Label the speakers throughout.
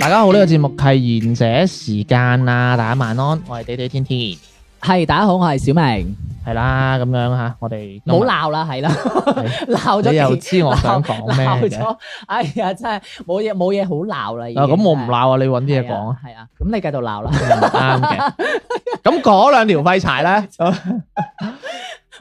Speaker 1: 大家好，呢、個節目係賢者時間啊！大家晚安，我係地地天天，
Speaker 2: 係大家好，我係小明。
Speaker 1: 係啦，咁樣吓，我哋
Speaker 2: 唔好鬧啦，係啦，鬧咗
Speaker 1: 你又
Speaker 2: 幾
Speaker 1: 知我想講咩
Speaker 2: 鬧
Speaker 1: 嘅
Speaker 2: 咗，哎呀，真係冇嘢冇嘢好鬧啦。已經
Speaker 1: 啊，咁我唔
Speaker 2: 係啊
Speaker 1: 鬧啊，你揾啲嘢講啊，
Speaker 2: 係啊，咁你繼續鬧啦。
Speaker 1: 唔啱 嘅。咁嗰兩條廢柴咧，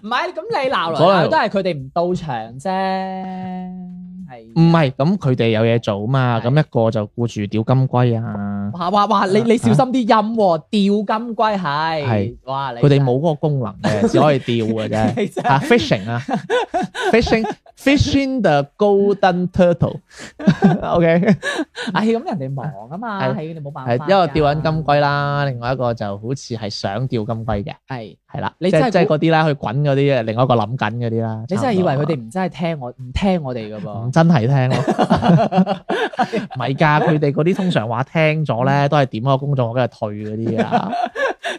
Speaker 2: 唔係，咁你鬧
Speaker 1: 可能
Speaker 2: 來鬧去都係佢哋唔到場啫。係
Speaker 1: 唔係咁佢哋有嘢做嘛，
Speaker 2: 係
Speaker 1: 咁一個就顧住釣金龜啊，
Speaker 2: 哇哇哇！你你小 心啲音喎，吊金龜係
Speaker 1: 係
Speaker 2: 哇！你
Speaker 1: 佢哋冇嗰個功能嘅，只可以釣嘅啫。
Speaker 2: 你真係
Speaker 1: 啊，fishing 啊，fishing fishing the golden turtle，OK，
Speaker 2: 唉，咁人哋忙啊嘛，
Speaker 1: 係
Speaker 2: 係你冇辦
Speaker 1: 係
Speaker 2: 法
Speaker 1: 一
Speaker 2: 㗎。
Speaker 1: 個釣緊金龜啦，另外一個就好似係想釣金龜嘅，
Speaker 2: 係，
Speaker 1: 係啦，即
Speaker 2: 你真係
Speaker 1: 係即係
Speaker 2: 估
Speaker 1: 嗰啲啦，去滾嗰啲，另外一個諗緊嗰啲啦。
Speaker 2: 你真
Speaker 1: 差
Speaker 2: 係
Speaker 1: 唔
Speaker 2: 以
Speaker 1: 多
Speaker 2: 為佢
Speaker 1: 啊
Speaker 2: 哋唔真係聽我唔聽我哋噶
Speaker 1: 唔
Speaker 2: 噃？
Speaker 1: 真係聽 咯，唔係㗎，佢哋嗰啲通常話聽咗
Speaker 2: 嗯
Speaker 1: 咧，都係點個公眾號跟住退嗰啲 啊。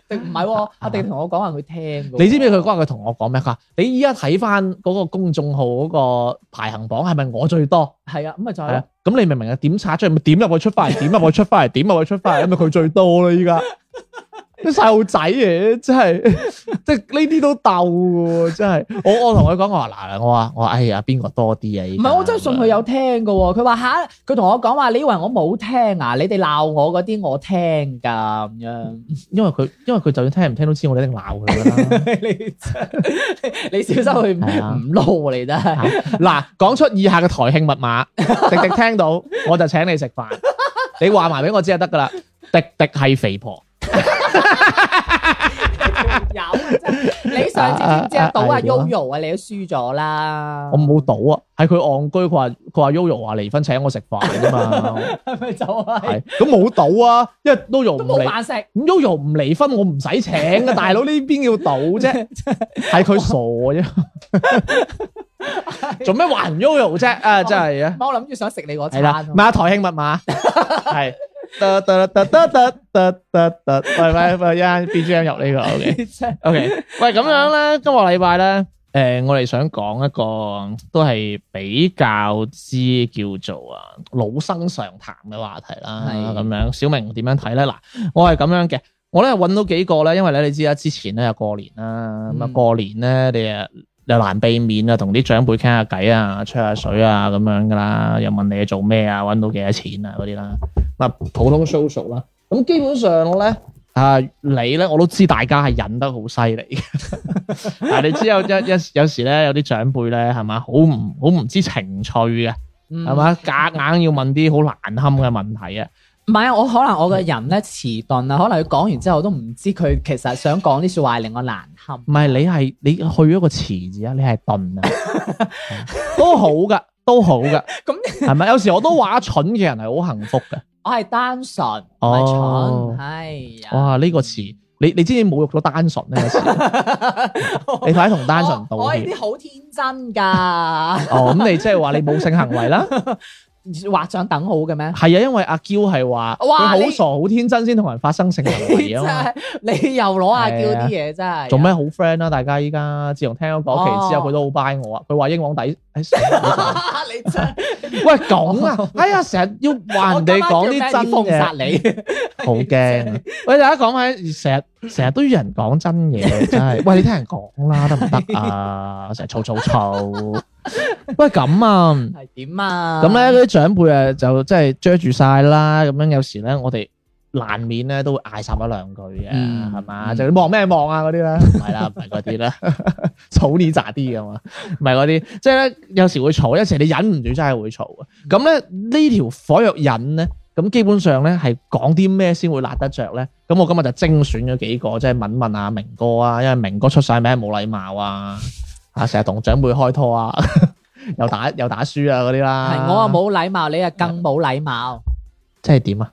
Speaker 2: 定唔係 喎？阿定同我講話佢聽㗎喎。
Speaker 1: 你知唔知佢嗰日佢同我講咩？佢話你依家睇翻嗰個公眾號嗰個排行榜係咪我最多？
Speaker 2: 係啊？咁咪就係
Speaker 1: 係啊
Speaker 2: 咯，
Speaker 1: 咁你明唔明啊？點刷出嚟咪點入去出翻嚟，點入去出翻嚟，點入去出翻嚟，咁咪佢最多啦依 家。啲細路仔嚟，真係 即係呢啲都鬥喎，真係。我我同佢講，我話嗱，我話我話哎呀，邊個多啲啊？依
Speaker 2: 唔
Speaker 1: 家
Speaker 2: 係我真係信佢有聽㗎喎。佢話吓，佢同我講話，你以為我冇聽啊？你哋鬧我嗰啲我聽㗎咁樣。
Speaker 1: 因為佢因為佢就算聽唔聽都知，我哋一定鬧佢㗎啦。
Speaker 2: 你真你小心佢
Speaker 1: 係啊
Speaker 2: 唔撈 你真 係。
Speaker 1: 嗱，講出以下嘅台慶密 碼，迪迪聽到我就請你食飯，你話埋俾我知就得㗎啦。迪迪係肥婆，
Speaker 2: 有啊真係你上次知
Speaker 1: 啊啊
Speaker 2: 唔知啊？
Speaker 1: 啊
Speaker 2: 賭阿
Speaker 1: 係點啊
Speaker 2: Yoyo 啊，你都輸咗啦。
Speaker 1: 我冇賭啊，係佢戇居，佢話佢話 Yoyo 話離婚請我食飯啫嘛，
Speaker 2: 係咪就係
Speaker 1: 係咁冇賭啊，因為 Yoyo
Speaker 2: 都
Speaker 1: 唔
Speaker 2: 冇
Speaker 1: 離，
Speaker 2: 飯食？
Speaker 1: 咁 Yoyo 唔離婚我唔使請嘅，大佬呢邊叫賭啫，係佢傻啫，做咩還 Yoyo 啫？啊，真係啊！
Speaker 2: 我諗住想食你嗰
Speaker 1: 系
Speaker 2: 餐
Speaker 1: 啦，
Speaker 2: 啊。
Speaker 1: 馬台慶密碼係得得得得得得得得，喂喂喂，一陣 BGM 入呢個，OK
Speaker 2: 真係
Speaker 1: OK，喂咁樣咧，今個禮拜咧，誒我哋想講一個都係比較之叫做啊老生常談嘅話題啦，
Speaker 2: 係
Speaker 1: 咁樣，小明點樣睇咧？嗱，我係咁樣嘅。我咧揾到幾個咧，因為咧你知啦，之前咧又過年啦，咁啊
Speaker 2: 嗯
Speaker 1: 過年咧你啊又難避免啊，同啲長輩傾下偈啊，吹下水啊咁樣噶啦，又問你做咩啊，揾到幾多錢啊嗰啲啦， 嗱普通 social 啦，咁基本上咧啊你咧我都知大家係忍得好犀利 嘅，啊你知有有有有時咧有啲長輩咧係嘛，好唔好唔知情趣嘅係？嘛，夾硬要問啲好難堪嘅問題啊，
Speaker 2: 唔係啊，我可能我個人咧遲鈍啊，可能佢講完之後我都唔知佢其實想講啲説話令我難堪。
Speaker 1: 唔係你係你去咗個詞字啊，你係鈍啊， 都好噶，都好噶，
Speaker 2: 咁
Speaker 1: 係咪？有時我都話蠢嘅人係好幸福 嘅。
Speaker 2: 我係單純，唔
Speaker 1: 哦
Speaker 2: 係蠢，係啊。
Speaker 1: 哇！呢、個詞，你你知唔知侮辱咗單純呢個 詞？你快啲同單純
Speaker 2: 我
Speaker 1: 道
Speaker 2: 我係
Speaker 1: 歉。
Speaker 2: 啲好天 真㗎，
Speaker 1: 哦，咁你即係話你冇性行為 啦？
Speaker 2: 畫上等號嘅咩？
Speaker 1: 係啊，因為阿嬌係話佢
Speaker 2: 哇
Speaker 1: 好
Speaker 2: 你
Speaker 1: 傻好天真先同人發生性行
Speaker 2: 你
Speaker 1: 為
Speaker 2: 真
Speaker 1: 啊嘛。
Speaker 2: 係你又攞阿嬌啲嘢真係啊
Speaker 1: 做？咩好 friend 啦、大家依家自從聽咗嗰期之後，
Speaker 2: 哦
Speaker 1: 佢都好 buy 我啊！佢話英皇 底，哎死啦
Speaker 2: 你真
Speaker 1: 喂咁啊！ 哎呀，成日要話人哋啊講啲真
Speaker 2: 啊封
Speaker 1: 嘢
Speaker 2: 殺。你，
Speaker 1: 好驚！喂，大家講翻，成日成日都要人講真嘢， 真係。喂，你聽人講啦，得唔得啊？ 成日嘈嘈嘈。喂，咁啊，
Speaker 2: 係點啊？
Speaker 1: 咁咧嗰啲長輩啊，就真係遮住晒啦。咁樣有時咧，我哋難免咧都會嗌霎一兩句嘅，
Speaker 2: 嗯
Speaker 1: 係嘛？
Speaker 2: 嗯
Speaker 1: 就你望咩望啊嗰啲啦，唔係啦，唔係嗰啲啦， 草呢咋啲噶嘛，唔係嗰啲。即係咧，有時會嘈，有時你忍唔住真係會嘈嘅。咁咧呢條火藥引咧，咁基本上咧係講啲咩先會辣得着咧？咁我今日就精選咗幾個，即係問問阿明哥啊，因為明哥出晒名冇禮貌啊， 啊成日同長輩開拖啊， 又打又打輸啊嗰啲啦。
Speaker 2: 係我啊，冇禮貌，你啊更冇禮貌，
Speaker 1: 即係點啊？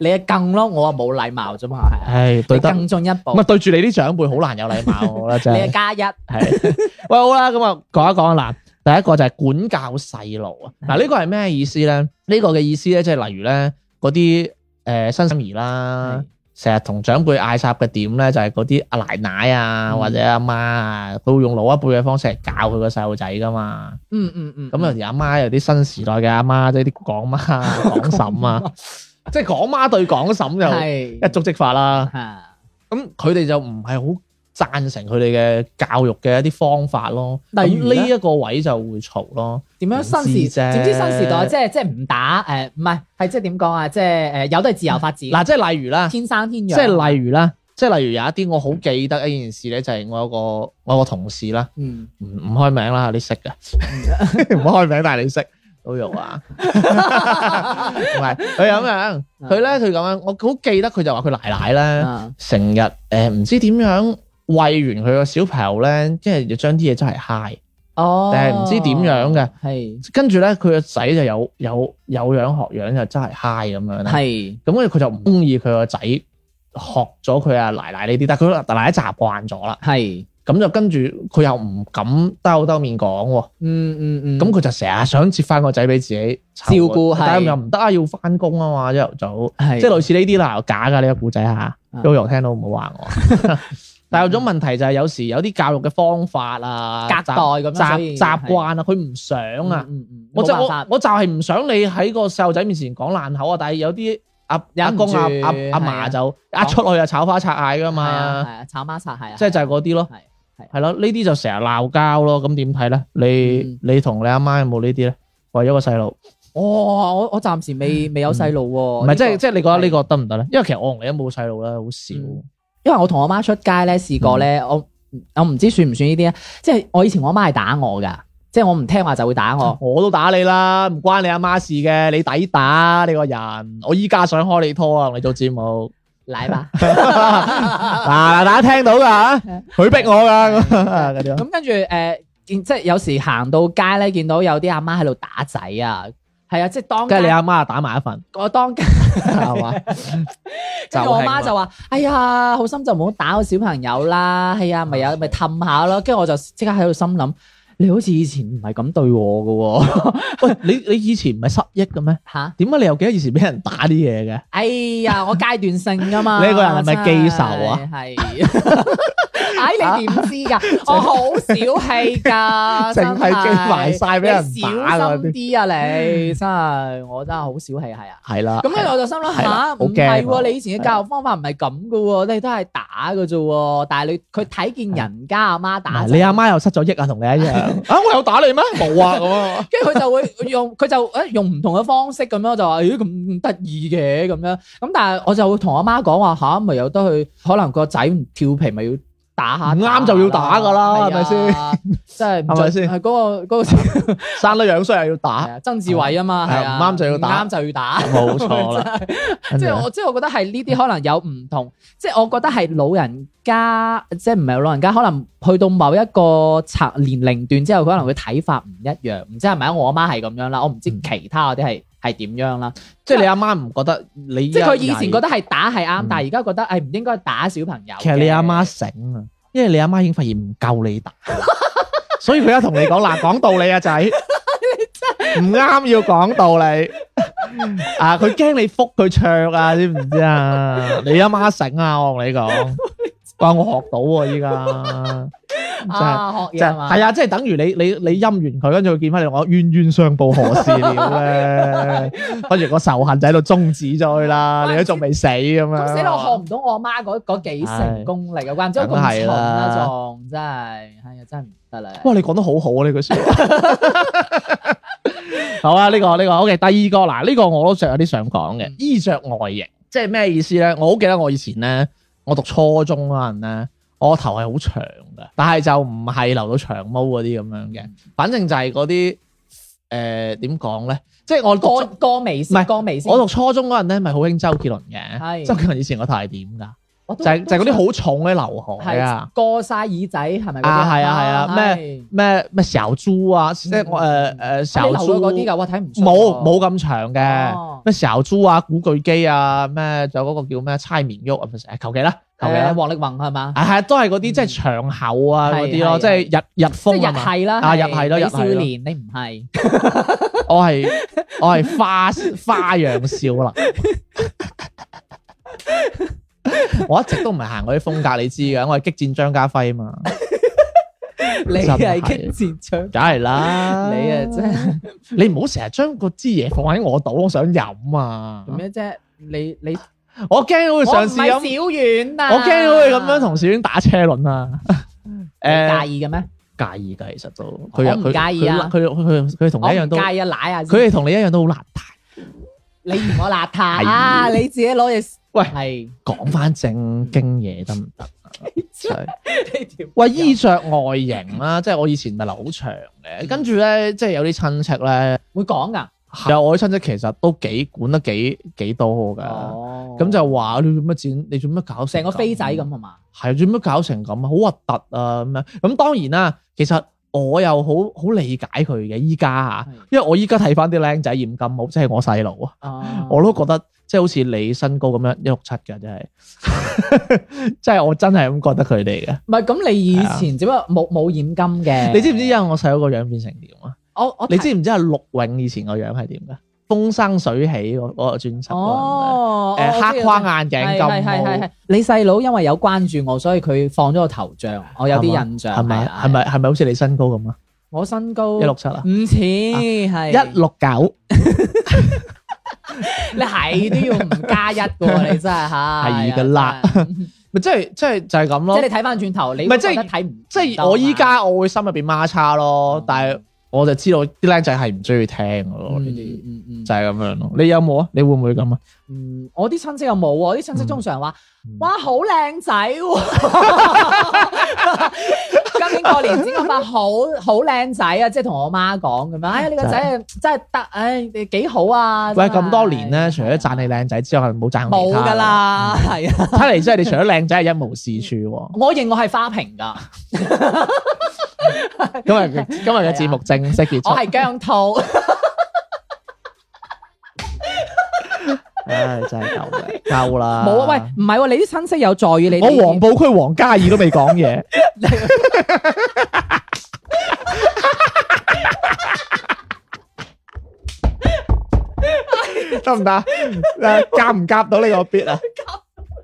Speaker 2: 你啊更咯，我啊冇禮貌啫嘛，係啊
Speaker 1: 唉，對
Speaker 2: 你
Speaker 1: 得
Speaker 2: 更進一
Speaker 1: 唔係
Speaker 2: 步，
Speaker 1: 對住你啲長輩好難有禮貌，我覺得
Speaker 2: 你
Speaker 1: 真係
Speaker 2: 啊。加一，
Speaker 1: 系， 喂好啦，咁啊講一講啦。第一個就係管教細路啊。嗱，呢個係咩意思咧？呢個嘅意思咧，即係例如咧嗰啲诶新生兒啦，成日同長輩嗌霎嘅點咧，就係嗰啲阿奶奶啊
Speaker 2: 嗯
Speaker 1: 或者阿媽啊，佢會用老一輩嘅方式嚟教佢個細路仔噶嘛。
Speaker 2: 嗯嗯嗯，
Speaker 1: 咁有啊時阿媽有啲新時代嘅阿媽，即係啲港媽啊、港嬸 啊，即係港媽對港嬸就
Speaker 2: 係
Speaker 1: 一觸即發啦。
Speaker 2: 啊
Speaker 1: 咁佢哋就唔係好贊成佢哋嘅教育嘅一啲方法咯。咁
Speaker 2: 例如咧
Speaker 1: 呢一個位就會嘈咯。
Speaker 2: 點樣新
Speaker 1: 唔
Speaker 2: 時
Speaker 1: 知啫
Speaker 2: 點知新時代即係即係唔打誒唔係係即係點講啊？即係誒有都係自由發展，
Speaker 1: 嗱，即係例如啦，即
Speaker 2: 天生天養，啊
Speaker 1: 係例如啦，即係例如有一啲我好記得一件事咧，就係我有個 我有個同事啦，
Speaker 2: 嗯
Speaker 1: 唔唔開名啦，你識嘅，
Speaker 2: 啊
Speaker 1: 唔開名，但係你識。老肉啊，唔係佢咁樣，佢咧佢咁樣，我好記得佢就話佢奶奶咧。
Speaker 2: 啊
Speaker 1: 成日誒唔知點樣餵完佢個小朋友咧，即係就將啲嘢真係嗨，
Speaker 2: 哦，
Speaker 1: 但係唔知點樣嘅。
Speaker 2: 係
Speaker 1: 跟住咧，佢個仔就有有有樣學樣，就真係嗨咁樣啦。
Speaker 2: 係
Speaker 1: 咁跟住佢就唔中意佢個仔學咗佢阿奶奶呢啲，但係佢奶奶習慣咗啦。
Speaker 2: 係
Speaker 1: 咁就跟住佢又唔敢兜兜面講喎，
Speaker 2: 嗯嗯嗯，
Speaker 1: 咁佢就成日想接翻個仔俾自己
Speaker 2: 照顧係
Speaker 1: 但係又唔得啊，要翻工啊嘛，朝頭早。
Speaker 2: 係
Speaker 1: 即係類似呢啲啦，假㗎呢個故仔嚇
Speaker 2: 嗯
Speaker 1: ，Yoyo 聽到唔好話 我。但係有種問題就係有時有啲教育嘅方法啊、
Speaker 2: 隔代咁樣所
Speaker 1: 習
Speaker 2: 以
Speaker 1: 習慣啊，佢唔想啊。
Speaker 2: 嗯，嗯嗯
Speaker 1: 我就我
Speaker 2: 冇辦法
Speaker 1: 我就係唔想你喺個細路仔面前講爛口啊，但係有啲阿阿
Speaker 2: 忍唔
Speaker 1: 公阿
Speaker 2: 住
Speaker 1: 阿
Speaker 2: 係
Speaker 1: 阿
Speaker 2: 啊
Speaker 1: 嫲就一出去就炒花擦蟹㗎
Speaker 2: 係啊係
Speaker 1: 嘛，
Speaker 2: 啊，炒孖擦係啊，
Speaker 1: 即係就係嗰啲咯
Speaker 2: 係。
Speaker 1: 係咯，呢啲就成日鬧交咯。咁點睇咧？你
Speaker 2: 嗯
Speaker 1: 你同你阿媽有冇呢啲咧？為咗個細路，
Speaker 2: 哇！哦我我暫時未未有細路
Speaker 1: 嗯
Speaker 2: 喎，
Speaker 1: 唔係即係
Speaker 2: 呢個
Speaker 1: 即係你覺得呢
Speaker 2: 係
Speaker 1: 個得唔得咧？因為其實我同你都冇細路啦，好少。
Speaker 2: 嗯因為我同我媽出街咧試過咧，我我唔知算唔算呢啲啊？即係我以前我媽係打我㗎，即係我唔聽話就會打我。
Speaker 1: 我都打你啦，唔關你阿媽事嘅，你抵打你個人。我依家想開你拖啊，同你做 節目。
Speaker 2: 奶吧，
Speaker 1: 嗱嗱，大家聽到噶，佢逼我噶嗰啲咯。
Speaker 2: 咁跟住誒，呃見即係有時行到街咧，見到有啲阿媽喺度打仔啊，係啊，即係當
Speaker 1: 跟住你
Speaker 2: 街
Speaker 1: 阿媽打埋一份，
Speaker 2: 我當街，
Speaker 1: 係嘛？
Speaker 2: 跟住我媽
Speaker 1: 興
Speaker 2: 就話：哎呀，好心就唔好打個小朋友啦，係啊，咪有咪氹下咯。跟住我就即刻喺度心諗，你好似以前唔係咁對我㗎喎
Speaker 1: 喂，你你以前唔係失憶嘅咩？
Speaker 2: 吓。
Speaker 1: 點解你又記得以前俾人打啲嘢嘅？
Speaker 2: 哎呀，我階段性噶嘛，
Speaker 1: 你個人係咪記仇 啊
Speaker 2: 真係？係，哎，你點知㗎？我好小氣㗎，真
Speaker 1: 淨係記埋晒俾人
Speaker 2: 你
Speaker 1: 打
Speaker 2: 小
Speaker 1: 嗰啲
Speaker 2: 心啲啊！你真係，我真係好小氣，係啊。
Speaker 1: 係啦，
Speaker 2: 咁跟住我就心諗
Speaker 1: 係啦
Speaker 2: 吓，
Speaker 1: 好
Speaker 2: 唔
Speaker 1: 驚啊
Speaker 2: 係喎，你以前嘅教育方法唔係咁㗎喎，你都係打㗎啫喎。但係你佢睇見人家阿媽打
Speaker 1: 嗱
Speaker 2: 仔，
Speaker 1: 你阿媽又失咗憶啊，同你一樣。 啊，我有打你咩？冇啊，咁啊。
Speaker 2: 跟住佢就會用 佢就誒用唔同嘅方式咁樣就話，咦咁得意嘅咁樣，咁但係我就會同我媽講話吓，咪有得去，可能個仔唔調皮咪要打下，
Speaker 1: 唔啱就要打㗎啦係咪先
Speaker 2: 先？即係唔
Speaker 1: 係咪
Speaker 2: 準
Speaker 1: 先
Speaker 2: 係嗰個嗰個
Speaker 1: 生得樣衰又要打，
Speaker 2: 係啊 曾志偉啊嘛，
Speaker 1: 係啊
Speaker 2: 係啊，
Speaker 1: 唔啱就要打
Speaker 2: 唔啱就要 打。
Speaker 1: 冇錯 啦。
Speaker 2: 即
Speaker 1: 啊
Speaker 2: 係我，即係我覺得係呢啲可能有唔同，即係我覺得係老人家，即係唔係老人家，可能去到某一個層年齡段之後，佢可能會睇法唔一樣，唔知係咪啊我阿媽係咁樣啦，我唔知
Speaker 1: 嗯
Speaker 2: 其他嗰啲係係點樣啦。
Speaker 1: 即係你阿媽唔覺得你，
Speaker 2: 即係佢以前
Speaker 1: 得。
Speaker 2: 覺得係打係啱
Speaker 1: 嗯，
Speaker 2: 但係而家覺得係唔應該打小朋友嘅。
Speaker 1: 其實你阿媽醒啊，因為你阿媽已經發現唔夠你打， 所以佢而家同你講嗱，講道理啊仔，唔啱要講道理啊！佢驚你覆佢桌啊，知唔知啊？你阿媽醒啊，我同你講，話我學到喎依家。
Speaker 2: 啊
Speaker 1: 即
Speaker 2: 學嘢
Speaker 1: 係
Speaker 2: 係嘛，
Speaker 1: 係啊，即係等於你你你陰完佢，跟住佢見翻你我哦冤冤相報何時了咧？跟住個仇恨就喺度終止咗佢啦，你都仲未死咁樣。
Speaker 2: 咁死咯，我學唔到我阿媽嗰嗰幾成功力嘅啊關，之後
Speaker 1: 梗
Speaker 2: 咁
Speaker 1: 係
Speaker 2: 重
Speaker 1: 啦
Speaker 2: 啦，仲真係，哎呀真係唔得啦。
Speaker 1: 哇！你講得好好啊，呢句说話。 好啊，呢、個呢、個 OK。第二個嗱，呢、個我都上有啲想講嘅
Speaker 2: 嗯，
Speaker 1: 衣着外形，即係咩意思咧？我好記得我以前咧，我讀初中嗰陣咧，我頭係好
Speaker 2: 嗯
Speaker 1: 長嘅，但係就唔係留到長毛嗰啲咁樣嘅，反正就係嗰啲誒點講咧？即係我讀
Speaker 2: 歌歌微
Speaker 1: 唔
Speaker 2: 先，
Speaker 1: 係
Speaker 2: 歌微先。
Speaker 1: 我讀初中嗰陣咧，咪好興周杰倫嘅。
Speaker 2: 係
Speaker 1: 周杰倫以前嗰台係點㗎？
Speaker 2: 我都
Speaker 1: 就係就係嗰啲好重嘅劉海
Speaker 2: 係
Speaker 1: 啊，
Speaker 2: 過晒耳仔係咪嗰啲？
Speaker 1: 啊係啊係啊
Speaker 2: 咩？
Speaker 1: 咩咩小豬啊，即
Speaker 2: 嗯
Speaker 1: 係我誒誒小
Speaker 2: 你留咗嗰
Speaker 1: 豬
Speaker 2: 啲㗎，我睇唔出喎。
Speaker 1: 冇冇咁長嘅。
Speaker 2: 哦
Speaker 1: 咩小豬啊、古巨基啊、咩仲有嗰個叫咩猜綿喐啊，唔係求其啦，求其
Speaker 2: 誒
Speaker 1: 啦。
Speaker 2: 王力宏係嘛？
Speaker 1: 啊，係啊都係嗰啲即係長口啊
Speaker 2: 係
Speaker 1: 嗰啲咯，
Speaker 2: 係
Speaker 1: 即係日日
Speaker 2: 即
Speaker 1: 風
Speaker 2: 係
Speaker 1: 啊嘛
Speaker 2: 日系啦，
Speaker 1: 啊
Speaker 2: 係
Speaker 1: 日系咯
Speaker 2: 李
Speaker 1: 日系咯
Speaker 2: 少年你唔係
Speaker 1: 我係我係花花樣少 啦。我一直都唔係行嗰啲風格，你知嘅。我係激戰張家輝嘛，
Speaker 2: 你
Speaker 1: 係
Speaker 2: 係激戰槍，
Speaker 1: 梗係啦。
Speaker 2: 你啊真係
Speaker 1: 你唔好成日將個支嘢放喺我度，我想飲啊！
Speaker 2: 做咩啫？你 你
Speaker 1: 我驚
Speaker 2: 我
Speaker 1: 會
Speaker 2: 唔
Speaker 1: 上次
Speaker 2: 係
Speaker 1: 咁，
Speaker 2: 小遠啊！
Speaker 1: 我驚會咁樣同小娟打車輪啊！誒，
Speaker 2: 你介意嘅咩？
Speaker 1: 介意㗎，其實都
Speaker 2: 我
Speaker 1: 佢
Speaker 2: 唔
Speaker 1: 佢
Speaker 2: 介意啊
Speaker 1: 佢佢佢佢同
Speaker 2: 我
Speaker 1: 你一
Speaker 2: 唔
Speaker 1: 樣都，佢
Speaker 2: 介意啊，奶啊！
Speaker 1: 哋同你一樣都好邋遢。
Speaker 2: 你嫌我邋 遢
Speaker 1: 係
Speaker 2: 啊！你自己攞嘢
Speaker 1: 喂
Speaker 2: 係
Speaker 1: 講翻正經嘢得唔得啊？ 真係
Speaker 2: 呢條
Speaker 1: 喂，衣着外形啦，即係我以前咪留好長
Speaker 2: 嗯
Speaker 1: 嘅，跟住咧，即係有啲親戚咧，
Speaker 2: 會講㗎。
Speaker 1: 有我啲親戚其實都幾管得幾幾多噶，
Speaker 2: 哦，
Speaker 1: 咁就話你做乜剪？你做乜搞
Speaker 2: 成
Speaker 1: 個
Speaker 2: 個飛仔咁？啊係嘛？
Speaker 1: 係做乜搞成咁啊？好核突啊咁樣。咁當然啦，其實我又好好理解佢嘅依家嚇
Speaker 2: 係，
Speaker 1: 因為我依家睇翻啲僆仔染金毛，即係我細佬啊。
Speaker 2: 哦
Speaker 1: 我都覺得即係好似你身高咁樣一六七嘅，真係， 即係我真係咁覺得佢哋嘅。
Speaker 2: 唔係咁，你以前只不過冇冇染金嘅。
Speaker 1: 啊你知唔知因為我細佬個樣變成點啊？
Speaker 2: 我我
Speaker 1: 你知唔知阿陸永以前個樣係點嘅？風生水起嗰嗰個專輯嗰
Speaker 2: 哦
Speaker 1: 個人啊咧，誒黑框眼鏡
Speaker 2: 係係係係
Speaker 1: 咁
Speaker 2: 係，你細佬因為有關注我，所以佢放咗個頭像，我有啲印象。
Speaker 1: 好，係咪
Speaker 2: 啊
Speaker 1: 係？咪係咪好似你身高咁啊？
Speaker 2: 我身高
Speaker 1: 一六七啊，啊
Speaker 2: 唔似哦係
Speaker 1: 一六九
Speaker 2: 你係都要唔加 一嘅喎，你真係嚇
Speaker 1: 係㗎啦，
Speaker 2: 真 係
Speaker 1: 咪即係即係就係咁
Speaker 2: 即係
Speaker 1: 咯
Speaker 2: 你。睇翻轉頭，
Speaker 1: 唔
Speaker 2: 你
Speaker 1: 係
Speaker 2: 咪
Speaker 1: 即
Speaker 2: 即
Speaker 1: 係
Speaker 2: 係睇唔啊
Speaker 1: 即係我依家我會心入邊孖叉咯
Speaker 2: 嗯，
Speaker 1: 但係我就知道啲僆仔係唔中意聽嘅咯，呢
Speaker 2: 嗯
Speaker 1: 啲
Speaker 2: 嗯嗯
Speaker 1: 就係咁樣咯。你有冇啊？你會唔會咁啊？
Speaker 2: 嗯，我啲親戚又冇喎，啲親戚通常話：
Speaker 1: 嗯
Speaker 2: 哇，好靚仔喎！ 今年過年剪個髮好好靚仔啊，即係同我媽講咁樣。哎呀，你個仔啊真係得，唉，你幾好啊！
Speaker 1: 喂，
Speaker 2: 真係
Speaker 1: 咁多年咧，除咗讚你靚仔之外，冇讚我
Speaker 2: 冇
Speaker 1: 其他
Speaker 2: 㗎，啦，係啊，
Speaker 1: 睇嚟真係你除咗靚仔係一無是處喎。
Speaker 2: 我認我係花瓶 㗎，
Speaker 1: 今日嘅今日嘅節目正式結
Speaker 2: 我
Speaker 1: 束，
Speaker 2: 係姜濤，
Speaker 1: 啊唉，真係夠啦，夠啦。
Speaker 2: 冇啊！喂，唔係喎，你啲親戚有在意你哋，
Speaker 1: 我黃埔區黃嘉怡都未講 嘢，得唔得 啊？誒夾唔夾到呢個 bit 啊？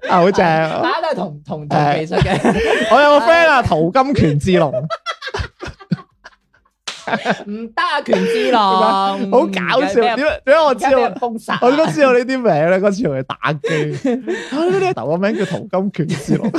Speaker 1: 啊，好正啊！
Speaker 2: 大家都係同同同技術嘅，
Speaker 1: 我有個 friend 啊，陶金權志 龍，
Speaker 2: 唔得啊，權志龍，
Speaker 1: 好
Speaker 2: 好
Speaker 1: 搞笑。啊點解點解我知
Speaker 2: 俾
Speaker 1: 道
Speaker 2: 人？封殺啊，
Speaker 1: 我都知道呢啲名咧，嗰次我哋打機， 啊呢啲頭個名叫陶金權志龍，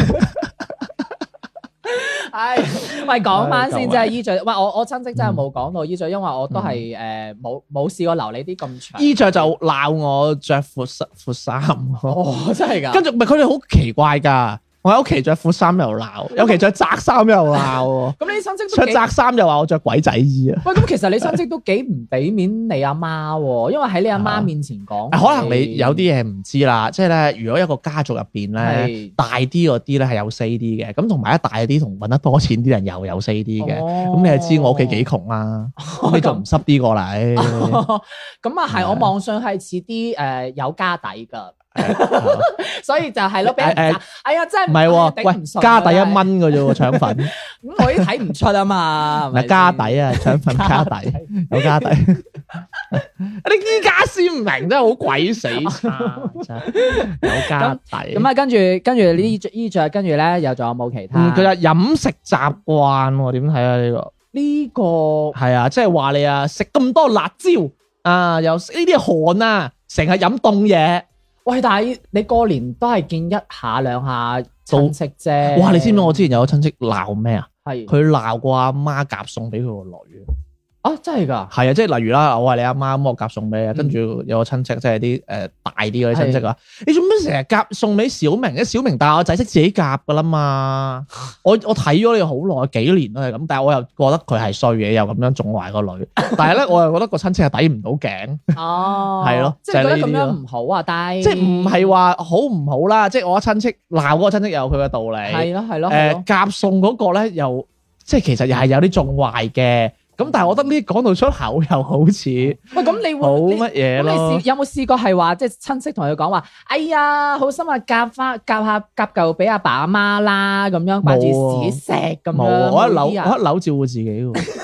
Speaker 2: 唉， 喂，講翻先，即
Speaker 1: 唉嗯
Speaker 2: 係衣着，喂，我我親戚真係冇講到衣着，因為我都係誒冇冇試過留你啲咁 長。
Speaker 1: 衣着就鬧我着闊衫闊衫咯，
Speaker 2: 哦，真係
Speaker 1: 跟
Speaker 2: 㗎，
Speaker 1: 住咪佢哋好奇怪㗎，我喺屋企着闊衫又鬧， 有期着窄衫又鬧喎，
Speaker 2: 咁你親戚都
Speaker 1: 着
Speaker 2: 幾？
Speaker 1: 窄衫又話我着鬼仔衣 啊，
Speaker 2: 喂，咁其實你親戚都幾唔俾面你阿媽喎，因為喺你阿媽面前講，
Speaker 1: 啊可能你有啲嘢唔知啦，即係咧，如果一個家族入邊咧。
Speaker 2: 係
Speaker 1: 大啲嗰啲咧係有 C D 嘅，咁同埋一大啲同揾得多錢啲人又有 C D 嘅，咁、
Speaker 2: 哦
Speaker 1: 你就知我屋企幾窮啦，咁你就唔濕啲過嚟。
Speaker 2: 咁啊係，我望上係似啲誒有家底㗎，所以就係咯，俾
Speaker 1: 誒
Speaker 2: 人
Speaker 1: 誒
Speaker 2: 打哎呀，真係
Speaker 1: 唔係
Speaker 2: 頂
Speaker 1: 喎，
Speaker 2: 唔
Speaker 1: 喂，
Speaker 2: 順啊
Speaker 1: 加底一，蚊嘅啫喎，腸粉
Speaker 2: 真係咁我已經睇唔出啊嘛，係
Speaker 1: 嗱
Speaker 2: 咪先
Speaker 1: 加底 啊，腸粉加底有加 底，你依家先唔明真係好鬼死差， 真係有加底。
Speaker 2: 咁啊，跟住跟住呢啲衣着衣着，跟住咧又仲有冇其他？
Speaker 1: 嗯嗯，佢就飲食習慣喎，點睇啊？呢個
Speaker 2: 呢個
Speaker 1: 係啊，即係話你啊，食咁多辣椒啊，又食呢啲汗啊，成日飲凍嘢。
Speaker 2: 喂，但係你過年都係見一下兩下親戚啫。
Speaker 1: 哇！你知唔知我之前有個親戚鬧咩啊？
Speaker 2: 係
Speaker 1: 佢鬧過阿媽夾餸俾佢個女啊，
Speaker 2: 啊，真係 㗎，
Speaker 1: 係啊，即係例如啦，我係你阿媽咁，我夾餸
Speaker 2: 嗯
Speaker 1: 俾你，啊跟住有個親戚即係啲誒大啲嗰啲親戚啊，你做咩成日夾餸俾小明嘅？小明大我仔識自己夾噶啦 嘛，我我睇咗你好耐幾年都係咁，但係我又覺得佢係衰嘅，又咁樣縱壞個女，但係咧我又覺得個親戚係抵唔到 頸，
Speaker 2: 哦，
Speaker 1: 係咯
Speaker 2: 即係覺
Speaker 1: 就
Speaker 2: 得
Speaker 1: 係
Speaker 2: 咁
Speaker 1: 呢啲
Speaker 2: 樣
Speaker 1: 咯
Speaker 2: 唔好啊，但係
Speaker 1: 即係唔係話好唔好啦，即係我親戚鬧嗰個親戚有佢嘅道理。
Speaker 2: 係咯係咯係
Speaker 1: 誒
Speaker 2: 咯，
Speaker 1: 夾餸嗰個咧，又即係其實又係有啲縱壞嘅。咁但係我覺得呢啲講到出口又好似
Speaker 2: 喂，咁你會
Speaker 1: 冇
Speaker 2: 你
Speaker 1: 乜嘢
Speaker 2: 咁
Speaker 1: 咯
Speaker 2: 你試。有冇試過係話即係親戚同佢講話，哎呀，好心啊，夾翻夾下夾嚿俾阿爸阿媽啦，咁樣掛住屎食咁樣。
Speaker 1: 冇啊！我一扭，
Speaker 2: 呢啲啊
Speaker 1: 我一扭照顧自己喎。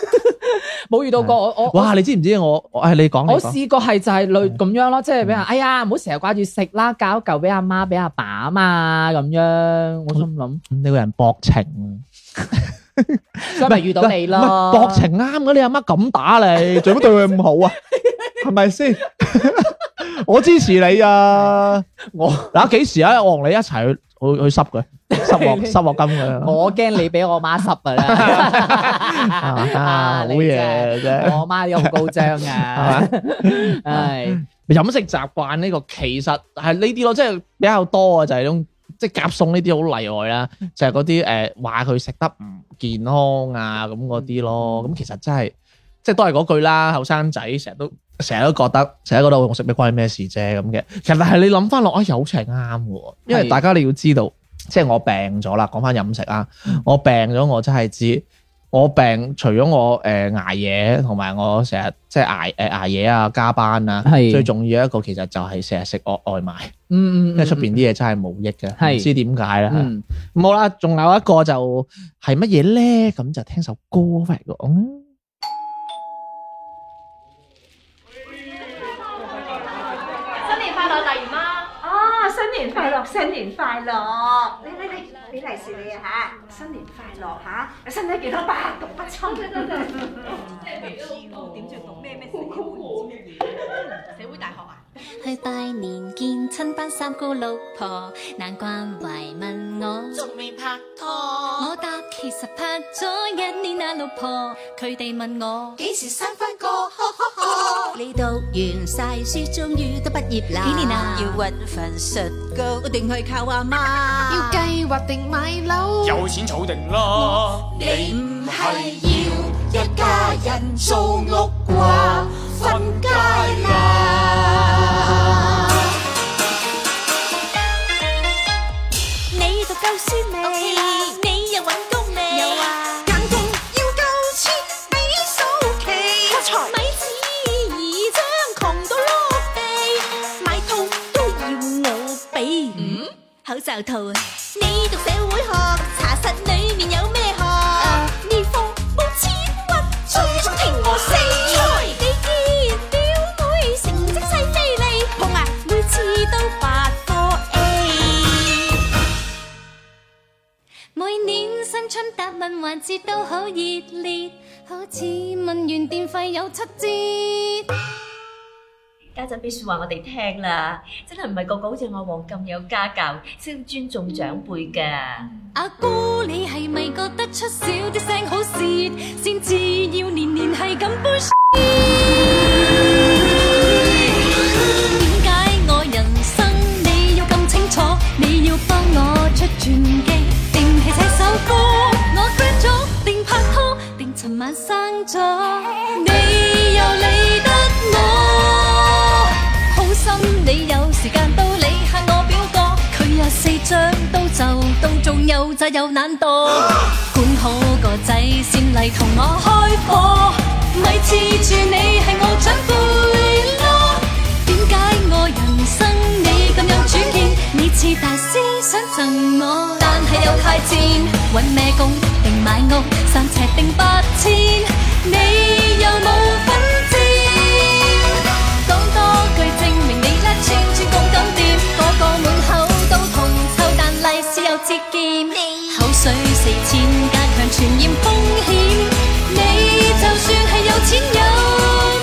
Speaker 2: 冇遇到過我我。
Speaker 1: 哇！你知唔知我？我誒你講，
Speaker 2: 我
Speaker 1: 你講嗯
Speaker 2: 試過係就係類咁樣咯，即係俾人哎呀，唔好成日掛住食啦，搞嚿俾阿媽俾阿爸啊嘛咁樣。我心諗，
Speaker 1: 你個人薄情啊，
Speaker 2: 所以咪遇到你
Speaker 1: 唔
Speaker 2: 咯。
Speaker 1: 係薄情啱嘅。你阿媽咁打 你，做乜對佢咁好啊？係咪先？ 我支持你啊！我嗱幾時啊？我同你一齊去去去濕佢， 濕鑊濕鑊金佢啊。。
Speaker 2: 我驚你俾我媽濕啊啦
Speaker 1: 啊，好
Speaker 2: 你真係
Speaker 1: 嘢啫。
Speaker 2: 我媽有好高張
Speaker 1: 係
Speaker 2: 啊，係
Speaker 1: 飲食習慣呢個其實係呢啲咯，即係比較多嘅啊就係種即係夾餸呢啲好例外啦，就係嗰啲誒話佢食得唔健康啊咁嗰啲咯。咁其實真係即係都係嗰句啦，後生仔成日都成日都覺得成日都覺得我食咩關你咩事啫咁嘅。其實但係你諗翻落啊，有似係啱喎，因為
Speaker 2: 係
Speaker 1: 大家你要知道，即係我病咗啦。講翻飲食啊，我病咗我真係知。我病除咗我誒捱夜，同埋我成日即係捱誒捱夜啊、加班啊，
Speaker 2: 係
Speaker 1: 最重要一個其實就係成日食外哦外賣，
Speaker 2: 嗯嗯，
Speaker 1: 因為出邊啊啲嘢真係冇益嘅，
Speaker 2: 係
Speaker 1: 唔知點解啦。
Speaker 2: 嗯
Speaker 1: 咁好啦，仲有一個就係乜嘢咧？咁就聽首歌翻嚟講啦。
Speaker 3: 新年快樂，大姨媽！
Speaker 4: 啊！新年快樂，新年快樂！嚟嚟嚟，俾利是你啊嚇！新年快樂嚇，身體健康，百毒不 侵。哦點住讀咩咩
Speaker 3: 社會大學啊！
Speaker 5: 去拜年見親班三姑六婆，難關懷問我仲未拍拖。我答其實拍咗一年啊，老婆。佢哋問我幾時生翻個？
Speaker 6: 你讀完晒書，終於都畢業啦。
Speaker 5: 幾年啊
Speaker 6: 要揾份實工，一定係靠阿媽。
Speaker 5: 要計劃定買樓。
Speaker 7: 有錢儲定啦。
Speaker 6: 你唔係要一家人做屋掛，瞓街啦。
Speaker 5: 你讀夠書未？你又揾工未？有啊。
Speaker 6: 眼共要夠切，比數期。發財
Speaker 5: 咪似姨丈窮到碌地，買套都要我俾。嗯，口罩套啊！你讀社會學，查實裡面有咩學？呢科冇錢揾，最終聽我死。你見表妹成績細飛利，碰啊，每次都八科 A。每年新春答問環節都好熱烈，好似問完電費有七折。
Speaker 8: 家陣俾説話我哋聽啦，真係唔係個個好似我王咁有家教，識得尊重長輩㗎。
Speaker 5: 阿姑，你係咪覺得出少啲聲好蝕，先至要年年係咁杯點解我人生你要咁清楚？你要幫我出傳記，定係寫首歌？我 friend 咗，定拍拖，定尋晚生咗？你又理得我？好心你有時間都理下我表哥，佢有四張刀就到，仲又渣又懶惰，管好個仔先嚟同我開火，咪黐住你係我長輩咯。點解我人生你咁有主見？你似大師想贈我，但係又太賤，揾咩工定買屋，三尺定八千，你又冇份賤。講多句證明你叻，串串工咁掂，個個滿口都同臭，但利是又節儉，口水四濺加強傳染風險。你就算係有錢有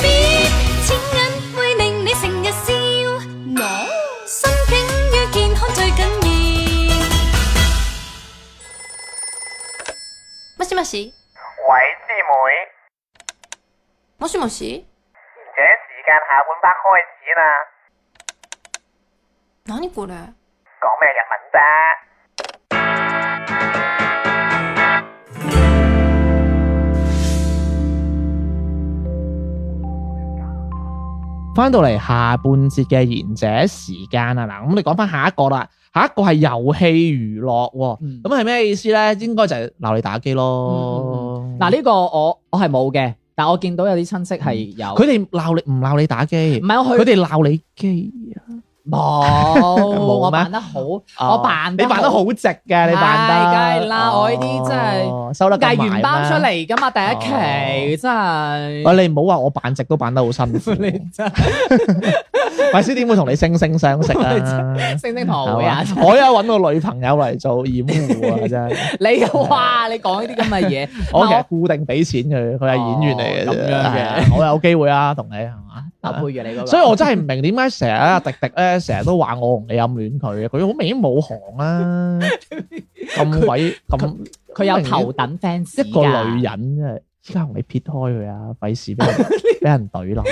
Speaker 5: 面，錢銀會令你成日笑，我心境與健康最緊要。乜事乜事？
Speaker 7: 喂，師妹，
Speaker 5: もしもし
Speaker 7: 且時間下半 part 開始啦，
Speaker 5: 何これ
Speaker 7: 講咩日文啫？
Speaker 1: 翻到嚟下半節嘅賢者時間啊，嗱，咁你講翻下一個啦，下一個係遊戲娛樂喎，
Speaker 2: 嗯
Speaker 1: 咁係咩意思咧？應該就係鬧你打機咯。
Speaker 2: 嗱呢個我我係冇嘅，但我見到有啲親戚係有，
Speaker 1: 佢哋鬧你唔鬧你打機，
Speaker 2: 唔係我去
Speaker 1: 佢哋鬧你機啊，
Speaker 2: 冇，我
Speaker 1: 咩
Speaker 2: 扮得好，
Speaker 1: 哦
Speaker 2: 我扮
Speaker 1: 你扮得好直嘅，你扮
Speaker 2: 唉
Speaker 1: 得，
Speaker 2: 梗係啦我呢啲真係
Speaker 1: 哦收得咁
Speaker 2: 計
Speaker 1: 埋
Speaker 2: 完包
Speaker 1: 咩
Speaker 2: 出嚟噶嘛，第一期真係。
Speaker 1: 喂，你唔好話我扮直都扮得好辛苦，
Speaker 2: 你真
Speaker 1: 喂，師點會同你惺惺相惜 啊？
Speaker 2: 星星堂會啊！
Speaker 1: 係嘛我有揾個女朋友嚟做掩護 啊，真係。
Speaker 2: 你哇！你講呢啲咁嘅嘢，
Speaker 1: 我其
Speaker 2: 嗱
Speaker 1: 實固定俾錢佢，佢係演員嚟嘅啫。
Speaker 2: 哦咁樣嘅
Speaker 1: 係啊我有機會啊，同你係嘛？
Speaker 2: 我搭配住你嗰個，
Speaker 1: 所以我真係唔明點解成日阿迪迪咧，成日都話我同你暗戀佢嘅，佢好明顯冇 行啦，咁鬼咁
Speaker 2: 佢有頭等 fans
Speaker 1: 一個
Speaker 2: 㗎
Speaker 1: 女人真係，依家同你撇開佢啊， 費事俾人俾人懟冧。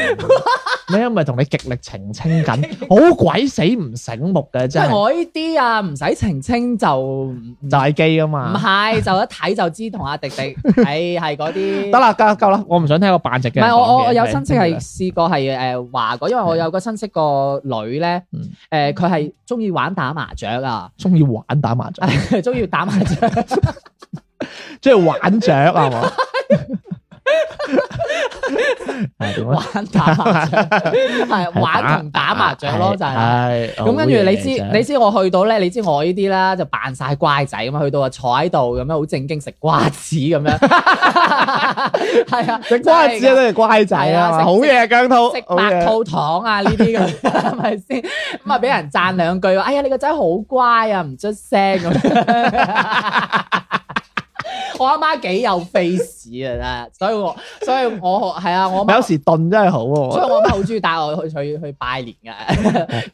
Speaker 1: 你係咪同你極力澄清 緊？好鬼死唔醒目嘅
Speaker 2: 即
Speaker 1: 真
Speaker 2: 係
Speaker 1: 係，
Speaker 2: 我呢啲啊，唔使澄清就唔
Speaker 1: 就係機啊
Speaker 2: 唔
Speaker 1: 嘛。
Speaker 2: 係，就一睇就知同阿迪迪係係嗰啲。
Speaker 1: 得啦，夠夠啦，我唔想聽個扮直
Speaker 2: 唔
Speaker 1: 嘅人講
Speaker 2: 係
Speaker 1: 嘢。
Speaker 2: 我我我有親戚係
Speaker 1: 真
Speaker 2: 試過係誒話過，因為我有個親戚個女咧，誒佢係中意玩打麻雀啊，
Speaker 1: 中意玩打 麻雀，
Speaker 2: 中意打麻雀。
Speaker 1: 即係玩雀 啊嘛。 係點啊
Speaker 2: 玩打 麻雀，係玩同打麻雀咯，就係。
Speaker 1: 係
Speaker 2: 咁跟住你知你
Speaker 1: 知
Speaker 2: 知我去到咧，你知我呢啲啦，就扮晒乖仔咁啊，去到啊坐喺度咁樣好正經食瓜子 咁樣，係啊，
Speaker 1: 食瓜子都係乖仔
Speaker 2: 係啊
Speaker 1: 啊，
Speaker 2: 食
Speaker 1: 好嘢姜濤，
Speaker 2: 食
Speaker 1: 好嘢
Speaker 2: 白兔糖啊呢啲咁， 係咪先？咁啊俾人讚兩句，哎呀你個仔好乖啊，唔出聲咁。 我阿媽幾有 face 啊，真係，所以我所以我係啊，我阿媽
Speaker 1: 有時燉真係好
Speaker 2: 所以
Speaker 1: 喎，
Speaker 2: 我阿媽好中意帶我去去去拜年